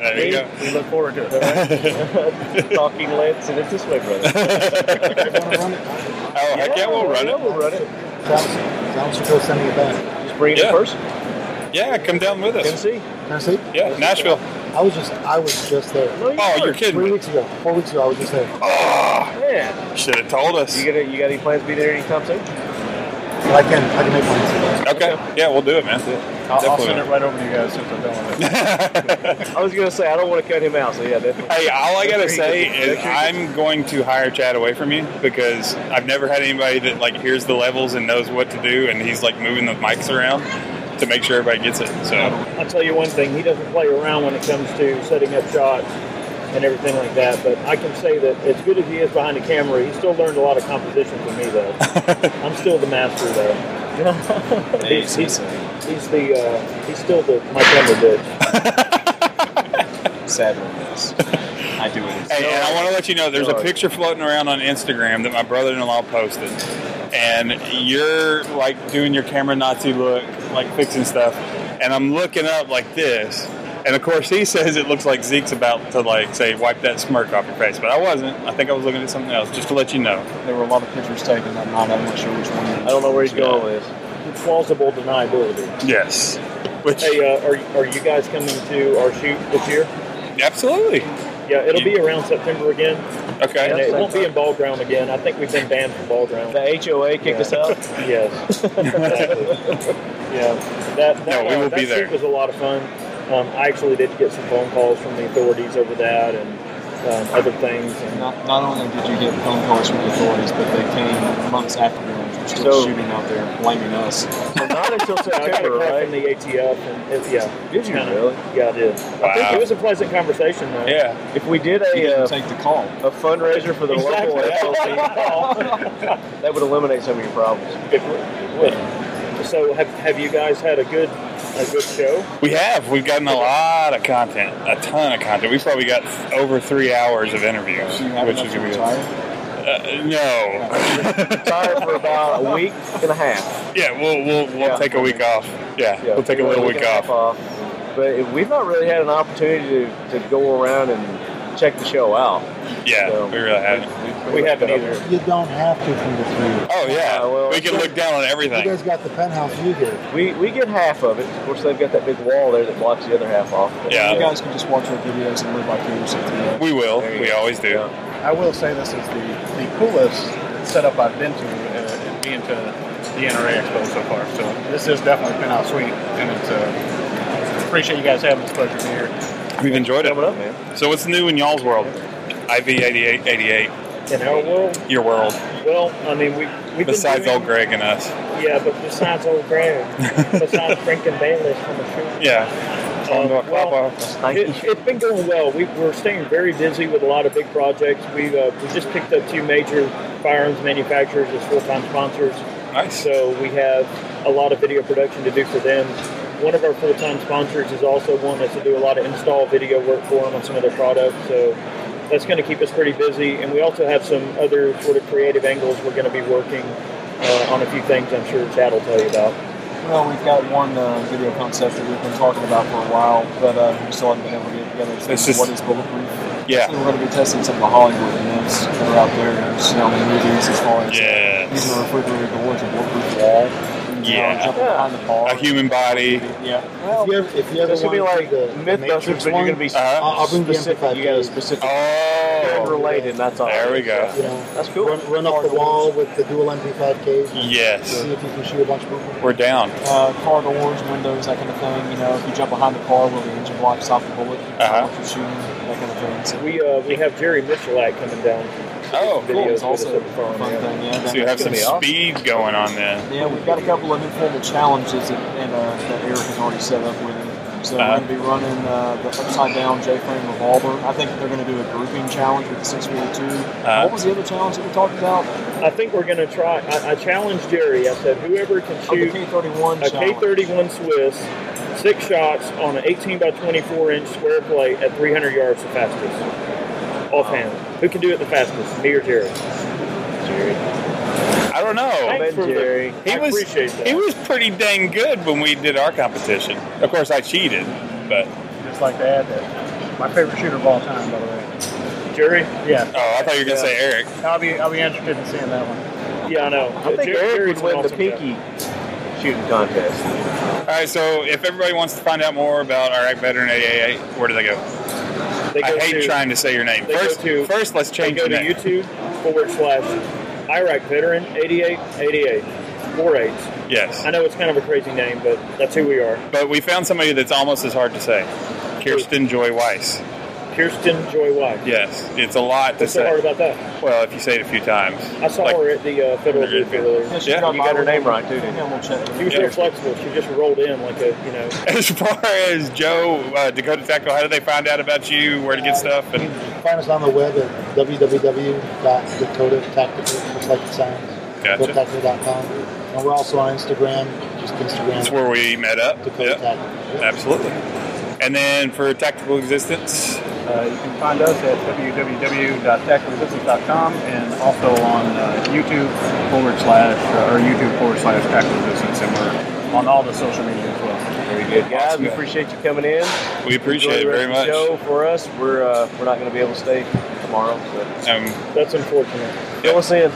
there
we, we look forward to
<laughs>
it.
Talking lead, send it this way,
brother.
Oh, heck yeah, we'll run it.
We'll run it.
Sounds, sounds cool sending it back.
Just bring it
Yeah.
in person.
Yeah, come down with us.
Tennessee.
Tennessee?
Yeah, Nashville.
I was just I was just there.
Oh, you're kidding
Three weeks ago, four weeks ago, I was just there.
Oh!
Yeah.
Should have told us.
You got you got any plans to be there anytime soon?
But I can I can make plans.
Okay. Yeah, we'll do it, man.
I'll, I'll
Definitely.
send it right over to you guys since I'm done with
<laughs>
it.
I was gonna say I don't want to cut him out, so yeah, definitely.
Hey, all I gotta
Make sure he
say
gets-
is
make sure he gets-
I'm going to hire Chad away from you because I've never had anybody that like hears the levels and knows what to do, and he's like moving the mics around to make sure everybody gets it. So
I'll tell you one thing, he doesn't play around when it comes to setting up shots and everything like that, but I can say that as good as he is behind the camera, he still learned a lot of composition from me, though.
<laughs>
I'm still the master, though. he's, he's, he's the, uh, he's still the, my camera <laughs> bitch.
Sad one is. I do it.
Hey, and I want to let you know there's a
Sorry.
picture floating around on Instagram that my brother-in-law posted, and you're like doing your camera Nazi look, like fixing stuff, and I'm looking up like this, and of course he <laughs> says it looks like Zeke's about to like say wipe that smirk off your face, but I wasn't. I think I was looking at something else. Just to let you know,
There were a lot of pictures taken that night. I'm not sure which one.
I don't know where he's going with this.
Plausible deniability.
Yes. Which
hey, uh, are, are you guys coming to our shoot this year?
Absolutely.
Yeah, it'll be around September again.
Okay.
And it won't be in ball ground again. I think we've been banned from ball ground.
The HOA kicked us out?
yes. Exactly. yeah. That, that,
No, we
uh,
will
that
be there.
trip was a lot of fun. Um, I actually did get some phone calls from the authorities over that and um, other things. And
Not, not only did you get phone calls from the authorities, but they came months afterwards. They're still
So-
shooting out there, blaming us.
not
<laughs>
until September, I got a call from the ATF, and it, yeah, did you really? Yeah, I did. I think
Wow.
it was a pleasant conversation, though.
If we did
You
a
didn't
uh,
take
the call, a fundraiser for the
<laughs> Exactly.
local
<laughs>
SLC, that would eliminate some of your problems.
It would. So have, have you guys had a good a good show?
We have. We've gotten a lot of content, a ton of content. We've probably got over three hours of interviews, which is going to be Uh,
<laughs>
no.
Tired for about a week
<laughs>
and a half.
Yeah, we'll we'll we'll take a week off. Yeah, we'll take a little week off.
But if- we've not really had an opportunity to, to go around and check the show out.
Yeah, we really haven't.
We haven't either.
You don't have to from the three.
Oh yeah, we can look down on
You
everything.
guys got the penthouse view here.
We, we get half of it. Of course, they've got that big wall there that blocks the other half off.
Yeah.
You guys can just watch our videos and live vicariously through us.
We will. We always do.
I will say this is the, the coolest setup I've been to uh, in being to the NRA Expo so far. So this is definitely been out sweet, and it's uh, appreciate you guys having this pleasure here.
We've enjoyed it.
up, man.
So what's new in y'all's world? IV eighty eight eighty eight.
In our world?
Your world.
Well, I mean, we we've
Besides
been
old Greg and us.
doing, yeah, but besides old Greg,
<laughs>
besides drinking Bailey's from the shoe.
Yeah.
Um, well, it, it's been going well. We, we're staying very busy with a lot of big projects. We uh, we just picked up two major firearms manufacturers as full time sponsors.
Nice.
So we have a lot of video production to do for them. One of our full time sponsors is also wanting us to do a lot of install video work for them on some of their products. So that's going to keep us pretty busy. And we also have some other sort of creative angles we're going to be working uh, on a few things. I'm sure Chad will tell you about.
Well, we've got one uh, video concept that we've been talking about for a while, but uh, we still haven't been able to get together. It's
It's just-
what is bulletproof?
Yeah.
So we're going to be testing some of the Hollywood events that are out there, you know, in movies as far as
Yes.
these are refrigerator doors, a bulletproof wall.
Yeah. A human body.
Yeah.
if you ever, if you ever
This would be
wanna
like
do the, the
Mythbusters,
Matrix
but you're
one,
going to be Uh-huh.
I'll, I'll bring the
specific.
simplified
you got to
case.
specific.
Oh.
related. That's all.
There we go.
You know,
that's cool.
Run, run up the wall with the dual MP5Ks. and
Yes.
See if you can shoot a bunch of people.
We're down.
Uh, car doors, windows, that kind of thing. You know, if you jump behind the car, will the engine block stop the bullet?
Uh-huh.
Stop you shooting, that kind of thing. So
We uh, we have Jerry Michelak coming down.
Oh,
cool. It's also
also a fun
thing. Yeah,
So you have some speed going on then.
Yeah, we've got a couple of informal challenges that, and, uh, that Eric has already set up with him. So
Uh-huh.
we're going to be running uh, the upside down J frame revolver. I think they're going to do a grouping challenge with the 642.
Uh,
Uh-huh.
What was the other challenge that we talked about?
I think we're going to try. I, I challenged Jerry. I said, whoever can
Oh, the
shoot
K31
a
challenge.
K31 Swiss, six shots on an 18 by 24 inch square plate at 300 yards the fastest. Offhand. Who can do it the fastest, me or Jerry? Jerry.
I don't know.
Thanks for the-
He
I
was
appreciate that.
he was pretty dang good when we did our competition. Of course, I cheated, but
Just like to add that my favorite shooter of all time, by the way.
Jerry?
Yeah.
Oh, I thought you were gonna say Eric.
I'll be I'll be interested in seeing that one.
Yeah, I know.
I think Eric would win the pinky
shooting contest.
All right, so if everybody wants to find out more about our Act Veteran 888, where do they go?
They
I
go
hate
to-
trying to say your name.
They go
First,
to-
first, let's
they
change
go
the
to
name.
YouTube forward slash Iraq Veteran 8888. Four eights.
Yes.
I know it's kind of a crazy name, but that's who we are.
But we found somebody that's almost as hard to say. Kirsten Joy Weiss.
Kirsten Joy White.
Yes, it's a lot to
What's so
say.
hard about that?
Well, if you say it a few times.
I saw
Like-
her at the uh, Federal
Yeah.
Booth earlier.
Yeah, she got You got her name right, too, didn't you?
She was
Yeah.
real flexible. She just rolled in like a, you know.
<laughs> As far as Joe uh, Dakota Tackle, how do they find out about you? Where to get stuff? And
Find us on the web at www.dakotatactical, just like it sounds.
Gotcha.
dakotactical.com. And we're also on Instagram, just Instagram.
That's where we met up. Yeah. Absolutely. And then for Tactical Existence,
Uh, you can find us at www.tacticalresistance.com and also on uh, YouTube forward slash uh, or YouTube forward slash tactical resistance, and we're on all the social media as well.
Very good, guys. We appreciate you coming in.
We appreciate it
Enjoy the rest
very
of the
much.
Show for us. We're uh, we're not going to be able to stay tomorrow. So.
Um,
That's unfortunate.
Fill
us in,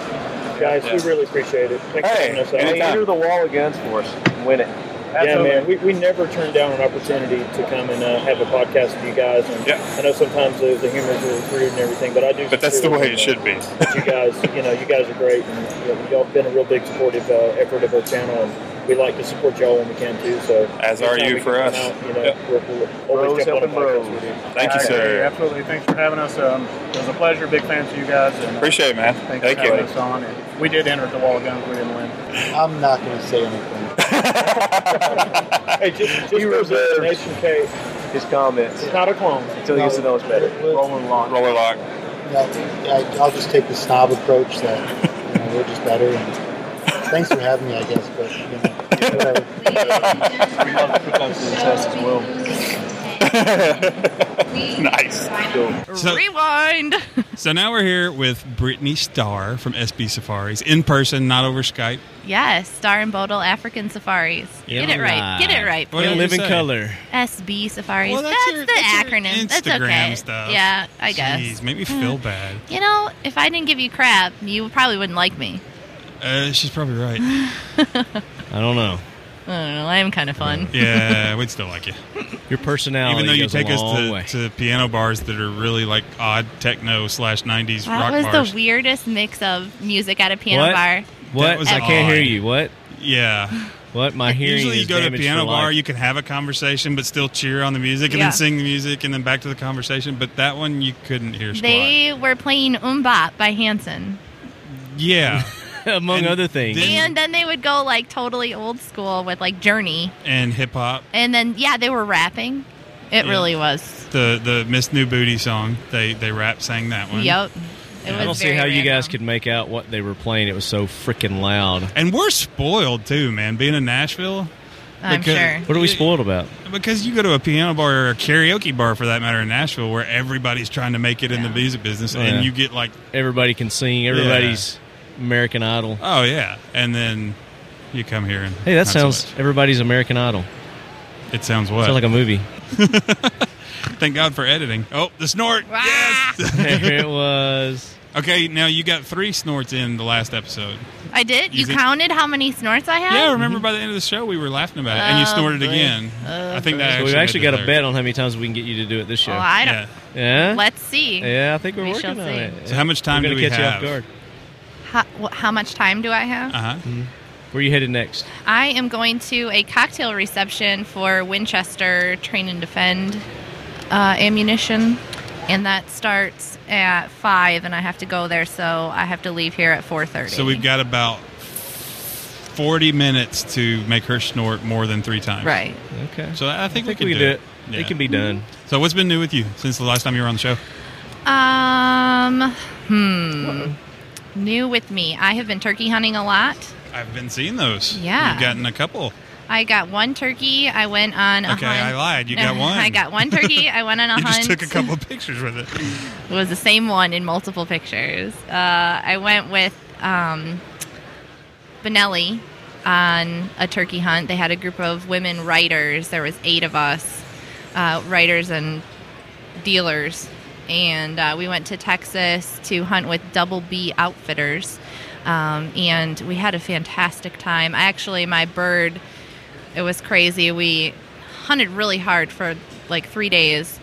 Guys, we really appreciate it. Thanks for having us out.
Hey, enter the wall against for us. and Win it.
yeah,
Absolutely.
man, we, we never turn down an opportunity to come and uh, have a podcast with you guys. And I know sometimes the, the humor is rude and everything, but I do.
But that's the way it should
sincerely
<laughs>
be.
that you guys, you know, you guys are great, and you know, y'all been a real big supportive uh, effort of our channel, and we like to support y'all when we can too. So
As are
anytime
you
we
for
can
us.
come out, you know,
Yep.
we're, we're always
Bros
jump on a
helping
podcast
bros.
with you.
Thank you,
Yeah,
sir.
Absolutely. Thanks for having us. Um, it was a pleasure. Big fans of you guys. And, uh,
Appreciate it, man.
Thanks
Thank
for
you.
having us on. And we did enter at the wall of guns. We didn't win.
I'm not going to say anything.
<laughs>
Hey, just just for the nation, Kate.
His comments.
It's not a clone
Until he gets to know us better. Rolling lock.
Roller lock.
No, I, I'll just take the snob approach that you know,
<laughs>
we're just better. And thanks for having me, I guess. But you know, whatever.
We love to put those to the test as well.
nice.
So-
Rewind.
So now we're here with Brittany Starr from SB Safaris in person, not over Skype.
<laughs> Yes, Star and Bodle African Safaris. Get it right. Get it right.
What did
please.
you say?
SB Safaris.
Well,
that's
that's your-
the
that's your
acronym. That's
Instagram
okay.
stuff.
Yeah, I guess. Hmm.
Jeez, make me feel bad.
You know, if I didn't give you crap, you probably wouldn't like me.
Uh, she's
<laughs>
probably right.
I don't know.
I don't know. I am kind of fun.
Yeah,
<laughs>
we'd still like you.
Your personality
Even though you
goes
take
a
us
long
to,
way.
to piano bars that are really like odd techno slash 90s
that
rock
was
bars.
the weirdest mix of music at a piano
What?
bar.
What? I can't hear you. What?
Yeah.
What? My hearing
Usually, you
is
go to a
damaged
piano
for life.
bar, you can have a conversation, but still cheer on the music and
Yeah.
then sing the music and then back to the conversation. But that one, you couldn't hear. Squat.
They were playing Umbop by Hanson.
yeah,
<laughs> among other things,
and then they would go like totally old school with like Journey.
and hip hop.
And then, yeah, they were rapping. It
Yeah.
really was.
The the Miss New Booty song. They they rap sang that one.
Yep. It
I
was
don't see
very
how you
random.
guys could make out what they were playing. It was so freaking loud.
And we're spoiled too, man. Being in Nashville.
I'm sure.
What are we spoiled about?
Because you go to a piano bar or a karaoke bar, for that matter, in Nashville, where everybody's trying to make it in the music business,
Yeah.
and you get like,
Everybody can sing. Everybody's American Idol.
oh yeah, and then you come here and
Hey, that
not so
sounds. everybody's American Idol.
It sounds what?
Sounds like a movie.
much. Thank God for editing. Oh, the snort. Yes,
<laughs>
There it was.
Okay, now you got three snorts in the last episode.
I did.
You
You,
think-
counted how many snorts I had?
Yeah, I remember by the end of the show we were laughing about it, and you
Oh,
snorted
boy.
again.
Oh,
I think that
So
actually
we've actually
made the
got a
third.
bet on how many times we can get you to do it this show.
Oh, I don't-
Yeah. Yeah?
Let's see.
Yeah, I think we're
We
working
shall
on
see.
it.
So how much time
we're gonna
do we
catch
have?
you off guard?
Mm-hmm.
Mm-hmm.
How, wh- how much time do I have?
Uh-huh.
Where you headed next?
I am going to a cocktail reception for Winchester Train and Defend uh, ammunition, and that starts at five, and I have to go there, so I have to leave here at four thirty.
So we've got about forty minutes to make her snort more than three times.
Right.
Okay.
So I think, we
think
can
we
do
do
it. Mm-hmm.
it. It can be done.
So what's been new with you since the last time you were on the show?
Um, hmm. New with me, I have been turkey hunting a lot.
I've been seeing those.
Yeah.
You've gotten a couple.
I got one turkey. I went on a
okay,
hunt.
I lied. You got
<laughs>
one.
I got one
<laughs>
turkey. I went on a
you
hunt.
just took a couple of pictures
<laughs>
with it.
It was the same one in multiple pictures. Uh, I went with um, Benelli on a turkey hunt. They had a group of women writers. There was eight of us, uh, writers and dealers, and uh, we went to Texas to hunt with Double B Outfitters, um, and we had a fantastic time. I actually my bird, it was crazy. We hunted really hard for like three days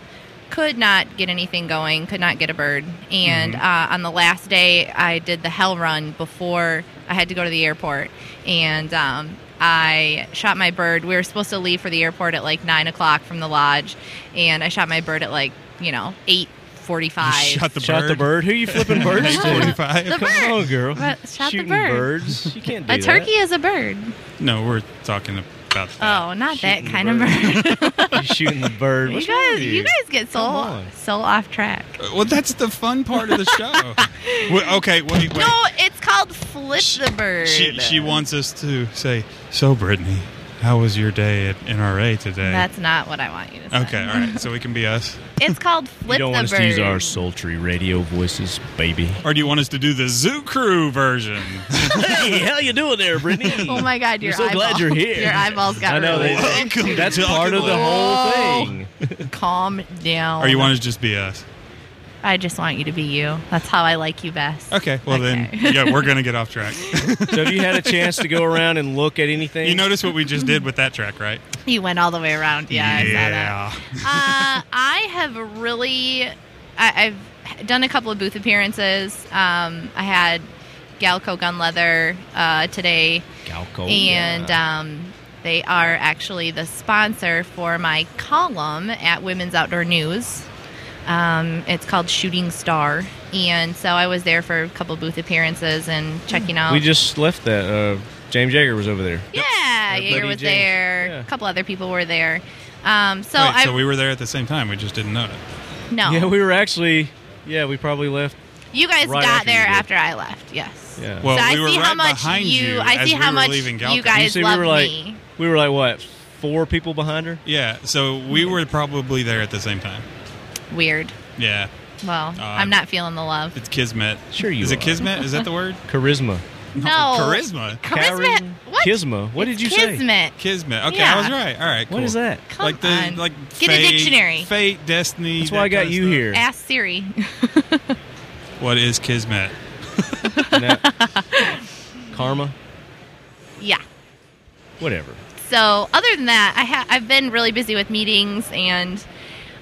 could not get anything going, could not get a bird. And uh, on the last day, I did the hell run before I had to go to the airport. And um, I shot my bird. We were supposed to leave for the airport at like nine o'clock from the lodge, and I shot my bird at like you know eight forty-five.
Shot the bird.
Shot the bird. Who you flipping birds to?
<laughs> 45.
The
Come
bird.
on, girl.
But shot the
Shooting
bird.
birds.
<laughs>
You can't do
a
that.
turkey is a bird.
No, we're
<laughs>
talking about
Oh, not that kind of bird. <laughs>
You're shooting the bird.
you
What's wrong
guys,
with
you guys get
Come
so
on.
so off track.
Uh, Well, that's the fun <laughs> part of the
<laughs>
show. Well, okay, wait, wait.
No, it's called flip the bird.
She, she wants us to say, so Brittany, how was your day at NRA today?
That's not what I want you to say.
okay, all right. So we can be us.
It's
<laughs>
called Flip the Bird.
sultry radio voices, baby.
Or do you want us to do the Zoo Crew version?
hey, how you doing there, Brittany?
Oh my God!
You're
Your
so glad
eyeball-
you're here.
Your eyeballs got.
I know,
really
they-
big.
Welcome that's to part of the whole
Whoa.
thing.
<laughs> Calm down.
or you want us to just be us?
I just want you to be you. That's how I like you best.
Okay, well then, yeah, we're gonna get off
<laughs>
track.
so have you had a chance to go around and look at anything?
You notice what we just did with that track, right?
You went all the way around. Yeah. I saw that. uh, I have really, I, I've done a couple of booth appearances. Um, I had Galco Gun Leather uh, today,
Galco,
and
yeah.
um, they are actually the sponsor for my column at Women's Outdoor News. Um, it's called Shooting Star, and so I was there for a couple booth appearances and checking out.
Hmm. We just left that. Uh, James Yeager was over there.
yeah,
Our
Yeager
buddy
was
James.
there. A couple other people were there. Um, so
Wait,
I
so we were there at the same time. We just didn't know it.
no,
Yeah, we were actually. Yeah, we probably left.
you guys
right
got
after you
there
did.
after I left. Yes.
Yeah.
Well,
so I
we were
see
right
how much
behind you
I see
as
how
we were
much
leaving
you
Galco.
You
guys
see,
love
we were like,
me.
we were like what four people behind her.
Yeah, so we were probably there at the same time.
Weird.
Yeah,
Well,
Uh,
I'm not feeling the
<laughs>
love.
it's kismet.
Sure, you
is
are.
it kismet? Is that the word?
Charisma.
No.
charisma.
Charisma. What?
Kisma. What did you say?
Kismet.
Kismet. Okay,
Yeah.
I was right. All right. Cool.
What is that?
Come
like the
on.
like
Get a
fate-
dictionary.
Fate, destiny.
That's why I
that
got
kind of
you
stuff.
here.
Ask Siri. <laughs>
What is kismet?
<laughs> Karma.
yeah.
Whatever.
So other than that, I ha- I've been really busy with meetings and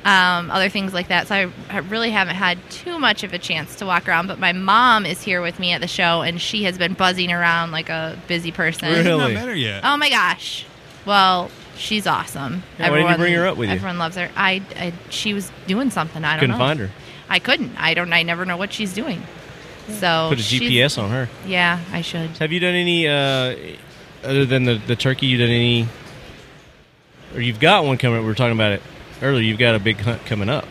um, other things like that. So I, I really haven't had too much of a chance to walk around. But my mom is here with me at the show, and she has been buzzing around like a busy person.
Really? You've not met her
yet.
Oh my gosh! Well, she's awesome.
Yeah, why didn't you bring her up with you?
Everyone loves her. I, I she was doing something. I don't
Couldn't
know.
find her.
I couldn't. I don't. I never know what she's doing. So
Put a
Oh, she's-
GPS on her.
Yeah, I should.
Have you done any uh, other than the, the turkey? You done any, or you've got one coming? We were talking about it earlier. You've got a big hunt coming up.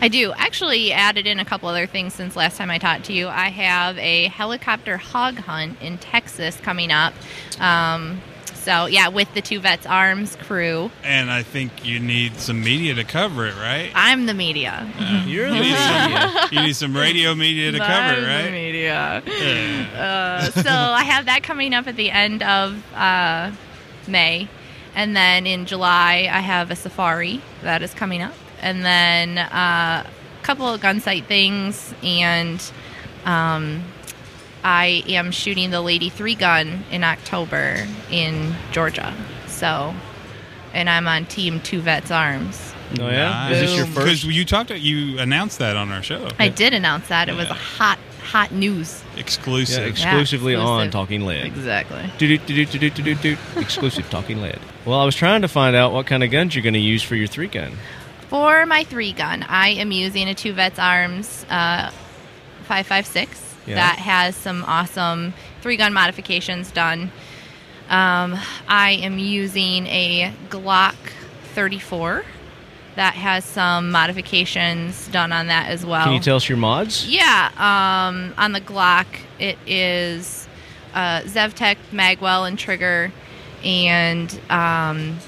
I do. Actually, added in a couple other things since last time I talked to you. I have a helicopter hog hunt in Texas coming up. Um, so, yeah, with the Two Vets Arms crew.
And I think you need some media to cover it, right?
I'm the media.
You're
you, need some, you need some radio media to cover,
Live
it, right?
Media.
Yeah.
Uh, so, I have that coming up at the end of uh, May. And then in July, I have a safari that is coming up. And then uh, a couple of gun sight things. And um, I am shooting the Lady 3 gun in October in Georgia. So, and I'm on Team Two Vets Arms.
Oh yeah, is this your first?
Because you talked, you announced that on our show.
I did announce that. It was a hot, hot news.
Exclusive.
Yeah, exclusively
Yeah,
on
exclusive.
Talking Lead.
Exactly. <laughs>
Do-do-do-do-do-do-do-do. Exclusive Talking Lead. Well, I was trying to find out what kind of guns you're going to use for your three gun.
For my three gun, I am using a Two Vets Arms uh, 556
Yeah.
that has some awesome three gun modifications done. Um, I am using a Glock 34 that has some modifications done on that as well.
Can you tell us your mods?
Yeah, um, on the Glock, it is uh, Zevtech, Magwell, and Trigger, and um,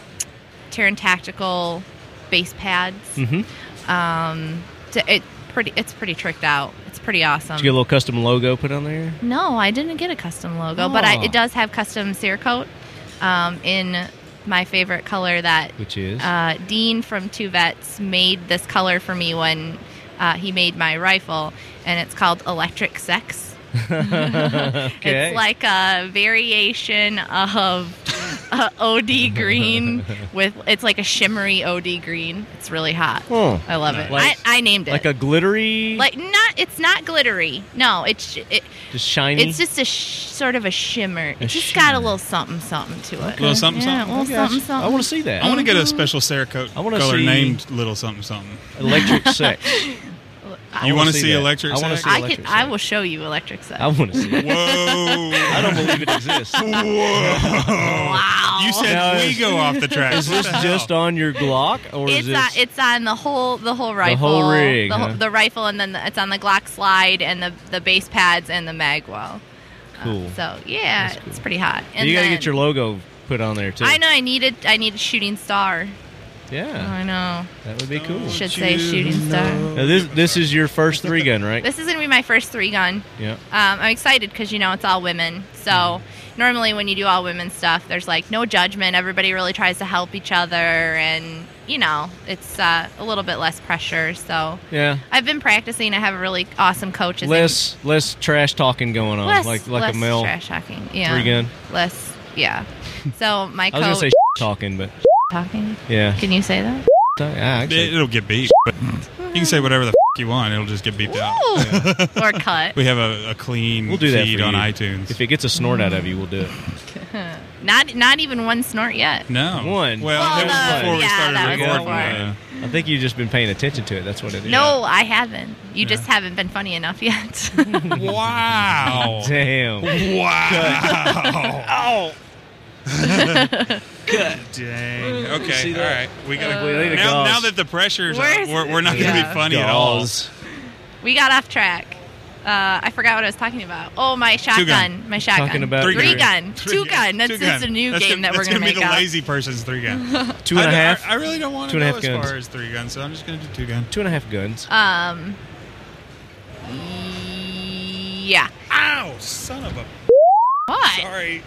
Terran Tactical base pads.
Mm-hmm.
Um, t- it pretty, it's pretty tricked out. It's pretty awesome.
Did you get a little custom logo put on there?
no, I didn't get a custom logo, but I,
Oh.
it does have custom Cerakote um, in my favorite color that
Which is?
uh, Dean from Two Vets made this color for me when uh, he made my rifle, and it's called Electric Sex.
Okay.
<laughs> It's like a variation of uh, OD
<laughs>
green with it's like a shimmery OD green. It's really hot.
Oh.
I love it.
Like-
I, I named it
Like a glittery,
like not it's not glittery. No, it's sh- it,
just shiny.
it's just a sh- sort of a shimmer. It
A
just got a little something something to it.
A little something,
yeah,
something.
A little something
I
something.
want to see that.
I want to get a special Cerakote
I wanna
color
see-
named little something something.
<laughs>
electric sex.
You
wanna
want to see,
that.
electric?
I wanna
Sex?
see
I
electric
can. I will show you electric sex.
I want to see it.
Whoa!
<laughs> I don't believe it exists.
Wow.
You said
Now,
we
is-
go off the track.
<laughs>
Is this just on your Glock, or
It's on,
is this?
it's on the whole the whole
The
rifle,
whole rig,
the,
huh?
the rifle, and then the, it's on the Glock slide and the the base pads and the magwell.
cool.
So yeah, it's pretty hot. And
you gotta
then-
get your logo put on there too.
I know I needed I need a shooting star.
Yeah,
I know.
that would be cool.
Should say shooting star.
Now, this this is your first three gun, right?
This is gonna be my first three gun.
yeah.
Um, I'm excited because you know it's all women. So normally when you do all women stuff, there's like no judgment. Everybody really tries to help each other, and you know, it's uh, a little bit less pressure. So
Yeah.
I've been practicing. I have a really awesome coach. His
Less less trash talking going on,
Less-
like like
less
a male
trash talking, yeah.
three gun.
name- less, yeah. So my
I was gonna
coach
say <laughs> talking,
<laughs>
but
talking.
yeah.
Can you say that?
it, will get beeped. But you can say whatever the f- you want. It'll just get beeped
Ooh.
out.
or cut. <laughs>
We have a, a clean
We'll do that
feed
for
on
you.
iTunes.
If it gets a snort out of you, we'll do it.
not not even one snort yet.
No.
One.
Well, Well, that was the- before we uh,
yeah, started that was recording. before.
Yeah. I think you've just been paying attention to it. That's what it is.
No, I haven't. You
Yeah.
just haven't been funny enough yet.
wow.
<laughs> Damn.
<laughs>
Wow.
Cut.
God dang.
See
Okay. All
that?
right. We got
We need
to
a
now,
gauze.
now that the pressure's up,
Where's-
we're, we're not going to
Yeah.
be funny
Gauze.
we got off track. Uh, I forgot what I was talking about. Oh, my shotgun.
gun.
My shotgun.
Talking about
three
your-
gun. Two gun. That's,
Two
that's a
gun.
new
That's
game
gonna-
that we're
that's
going to
be
make
the
up.
lazy person's three
<laughs>
gun.
Two and
I-
a half.
I, I really don't want
Two
to
and
go
a
as
half guns.
far as three guns, so I'm just going to do two gun.
Two and a half guns.
Um. Yeah.
Ow, son of a.
What?
Sorry.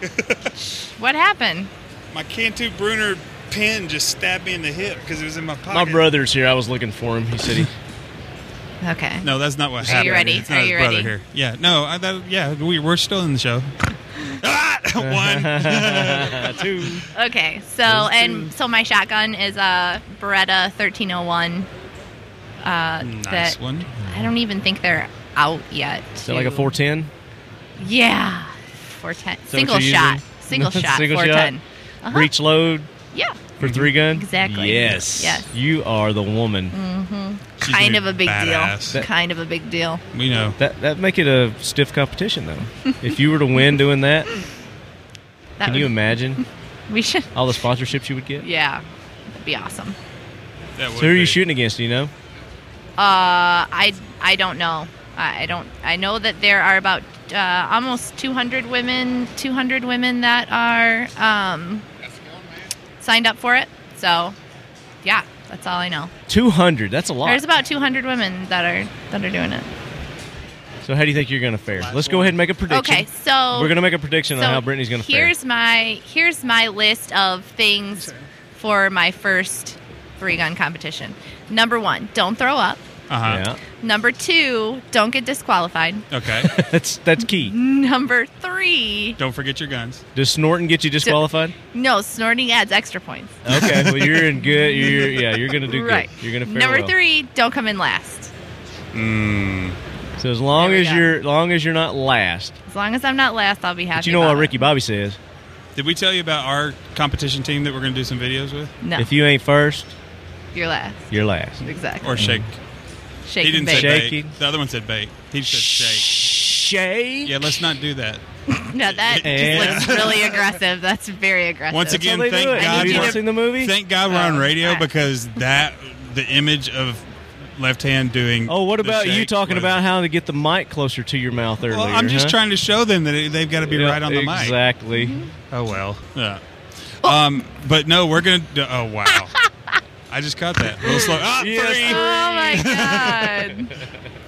What happened?
my Cantu Bruner pin just stabbed me in the hip because it was in my pocket.
My brother's here. I was looking for him. He said
<laughs>
he.
Okay.
No, that's not what
Are
happened.
you ready?
It's not
Are
his
you
brother
ready?
here. Yeah. No. I, that, yeah. We we're still in
<laughs>
the show. Ah,
<laughs>
<laughs> one. Two.
Okay. So
Those
and so my shotgun is a Beretta 1301. Uh,
Nice
that
one.
I don't even think they're out yet.
Is that like a 410?
Yeah, 410.
Is that what
Single
you're
shot.
using? <laughs>
Single shot.
Single shot?
410. Uh-huh.
Breech load?
Yeah.
For three gun?
Exactly.
Yes.
Yes.
You are the woman.
hmm
She's
Kind
gonna
of
be
a big
badass.
deal.
That-
kind of a big deal.
We know.
That that make it a stiff competition
<laughs>
though. if you were to win doing that,
That
can
would-
you imagine
<laughs> We should.
all the sponsorships you would get?
Yeah, that'd be awesome.
That
So who are you shooting against, do you know?
Uh, I I don't know. I I don't. I know that there are about uh, almost 200 women, 200 women that are um, signed up for it. So, yeah, that's all I know.
200. That's a lot.
There's about 200 women that are that are doing it.
so how do you think you're going to fare? Let's go ahead and make a prediction.
Okay, so
We're going to make a prediction
so
on how Brittany's going to fare.
Here's my here's my list of things for my first three gun competition. Number one, don't throw up.
Uh-huh.
Number two, don't get disqualified. <laughs>
Okay.
<laughs> that's that's key.
Number three,
Don't forget your guns.
Does snorting get you disqualified?
no snorting adds extra points.
Okay,
<laughs>
well you're in good. You're yeah, you're going to do
right.
good. You're going to fare
Number
well.
three, don't come in last.
Mm. So as long as you're as long as you're not last.
As long as I'm not last, I'll be happy.
But you know
about
what
it.
Ricky Bobby says?
Did we tell you about our competition team that we're going to do some videos with?
No.
If you ain't first,
You're last.
you're last. Mm-hmm.
Exactly. <laughs>
Or shake.
Shake
He
and
didn't
bake.
say bake.
Shaking.
The other one said bake. He said shake.
Shake.
Yeah, let's not do that.
No, that
And-
just looks really aggressive. That's Oh, very aggressive.
Once again, thank God.
I need you
we're-
to-
Thank God we're on radio because that the image of <laughs> left hand doing.
Oh, what
the
about you
shake
talking
was-
about how to get the mic closer to your mouth earlier?
Well, I'm just
huh?
trying to show them that it, they've got to be
Yeah,
right on the mic.
Exactly.
Mm-hmm.
Oh well. Yeah.
Oh.
Um, but no, we're gonna. Do, oh
<laughs>
wow. I just caught that. A little slow. Ah, three.
Oh
<laughs>
my god.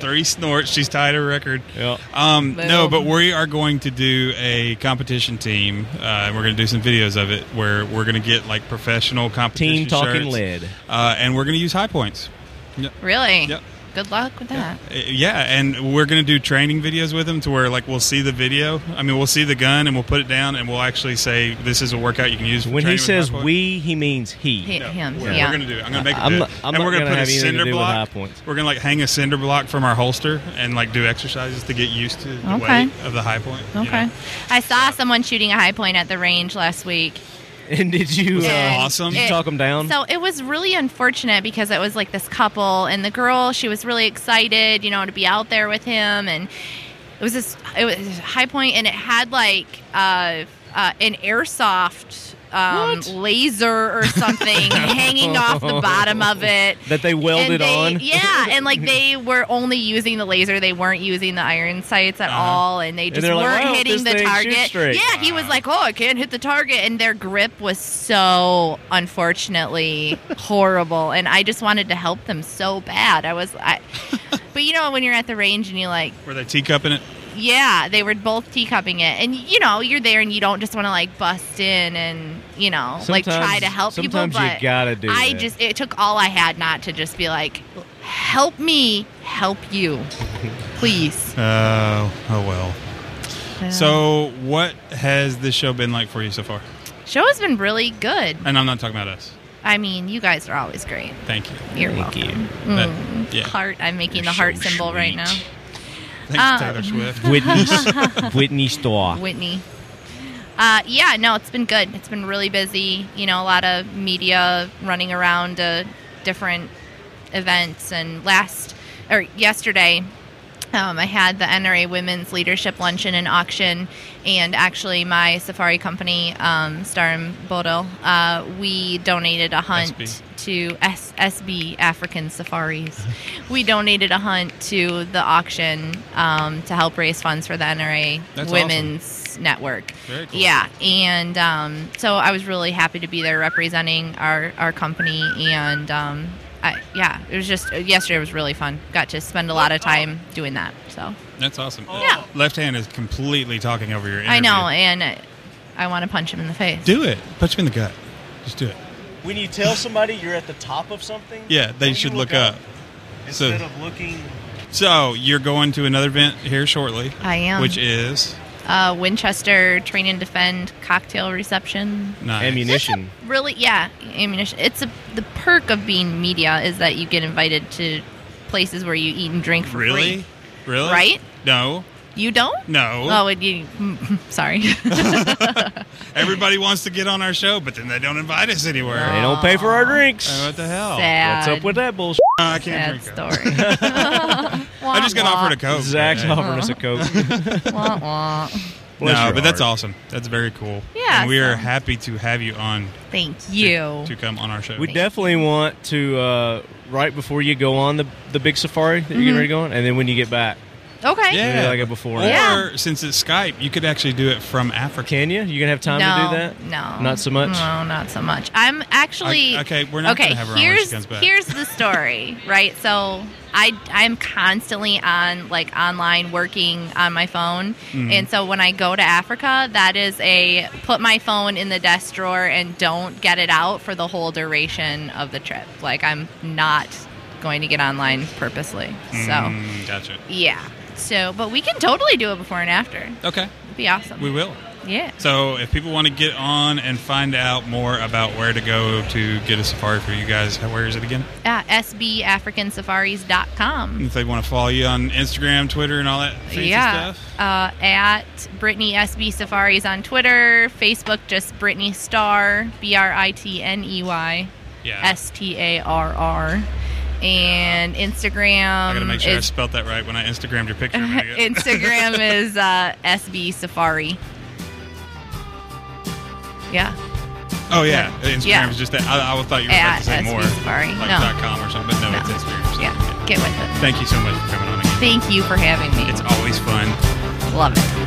Three snorts. She's tied her record.
Yeah.
Um, no,
Boom.
but we are going to do a competition team, uh, and we're going to do some videos of it where we're going to get like professional competition
Team Talking
shirts,
Lead.
uh, and we're going to use high points.
Really?
Yep.
Good luck with that.
Uh, Yeah, and we're going to do training videos with them to where like we'll see the video. I mean, we'll see the gun and we'll put it down and we'll actually say this is a workout you can use. For
When he
training with high
says
points."
we, he means he.
He- him.
We're,
yeah.
we're gonna do it. I'm gonna make it.
I'm
do
not-
it.
I'm
and
not
we're gonna,
gonna
put
have
a
anything to
cinder
do with
block.
high points.
We're gonna like hang a cinder block from our holster and like do exercises to get used to the
Okay.
weight of the high point. you
Okay.
know?
I saw someone shooting a high point at the range last week.
And did you
Was it
uh,
awesome?
Did you talk him down?
So it was really unfortunate because it was like this couple, and the girl, she was really excited, you know, to be out there with him. And it was this, it was this high point, and it had like uh, uh, an airsoft um, laser or <laughs> something hanging off the bottom of it.
that they
and
welded
they,
on.
yeah, and
<laughs>
like they were only using the laser; they weren't using the iron sights at all, and they
Uh-huh. And
just
they're like,
weren't
"Why don't
hitting
this
the
thing shoot
target.
straight?"
Yeah, he was like, "Oh, I can't hit the target," and their grip was so
<laughs>
unfortunately horrible. And I just wanted to
<laughs>
help them so bad. I was, I, but you know, when you're at the range and you like
Were they teacupping it?
Yeah, they were both teacupping it, and you know you're there, and you don't just want to like bust in and you know like try
Sometimes-
to help people.
sometimes you
But
gotta do
I
that.
just it took all I had not to just be like, help me, help you, please.
Uh, oh well.
Yeah.
So, what has this show been like for you so far?
Show has been really good.
And I'm not talking about us.
I mean, you guys are always great.
Thank you.
You're
Thank
welcome.
you. That-
Mm,
yeah.
Heart. I'm making the heart symbol right now.
Thanks,
Uh, <laughs>
Taylor Swift.
<laughs> Whitney, Whitney Storr.
Whitney. Uh, yeah, no, it's been good. It's been really busy. You know, a lot of media running around to different events. And last or yesterday, um, I had the NRA Women's Leadership Luncheon and Auction, and actually my safari company, um, Starm Bodil, uh, we donated a hunt
SB.
to S- SB African Safaris. we donated a hunt to the auction um, to help raise funds for the NRA
That's awesome.
Women's Network.
Very cool.
Yeah, and um, so I was really happy to be there representing our, our company, and um, I, yeah, it was just yesterday was really fun. Got to spend a lot of time doing that. So
That's awesome.
Oh.
Yeah.
Left hand is completely talking over your. Interview.
I know, and I, I want to punch him in the face.
Do it. Punch me in the gut. Just do it.
When you tell somebody you're at the top of something,
Yeah, they
will you
should look, up.
instead
So,
of looking.
so you're going to another event here shortly.
I am.
Which is
Uh, Winchester Train and Defend cocktail reception.
nice.
ammunition.
Really, yeah, ammunition. It's a, the perk of being media is that you get invited to places where you eat and drink for
Really?
free.
Really?
Right?
No.
You don't?
No.
Oh, and you. <laughs> Sorry.
Everybody wants to get on our show, but then they don't invite us anywhere.
They don't pay for our drinks.
Uh, what the hell?
Sad. What's up with that bullshit?
I can't
Sad
drink that. <laughs>
story.
I just got offered a coke.
Zach's offering us a
coke.
<laughs> Wah, wah.
<laughs> no, but
<laughs> Bless your
that's
heart.
awesome. That's very cool.
Yeah,
and we are
so-
happy to have you on
Thank you.
to come on our show.
We definitely want to uh, right before you go on the the big safari that you're
Mhm.
getting ready to go on, and then when you get back.
Okay.
Maybe like a before.
Or
and after.
since it's Skype, you could actually do it from Africa.
Can you? You gonna have time
no,
to do that?
No.
Not so much.
No, not so much. I'm actually
I- okay, we're not
okay,
gonna have her on when she
here's,
comes back.
Here's the story, right? So I I'm constantly on like online working on my phone,
Mm-hmm.
Mhm.
and so when I go to Africa, that is a put my phone in the desk drawer and don't get it out for the whole duration of the trip. Like I'm not going to get online purposely. So
Mm, gotcha.
yeah. So, but we can totally do it before and after. It'd
Okay,
be awesome.
we will.
Yeah.
So if people want to get on and find out more about where to go to get a safari for you guys, where is it again?
at sbafricansafaris.com.
And If they want to follow you on Instagram, Twitter, and all that fancy
yeah,
stuff.
uh, at Brittany SB Safaris on Twitter, Facebook just Brittany Star B R I T N E Y
Yeah.
S T A R R, and Instagram.
I gotta make sure I
is-
spelt that right when I Instagrammed your picture. a
<laughs>
minute ago.
Instagram is uh, SB Safari. Yeah,
<laughs> oh yeah, Instagram
Yeah.
is just that. I, I thought you were about
at
to say
SB
more,
Safari.
like
no,
dot .com or something. No, it's Instagram. so-
yeah, get with it.
Thank you so much for coming on. Again.
Thank you for having me.
It's always fun.
Love it.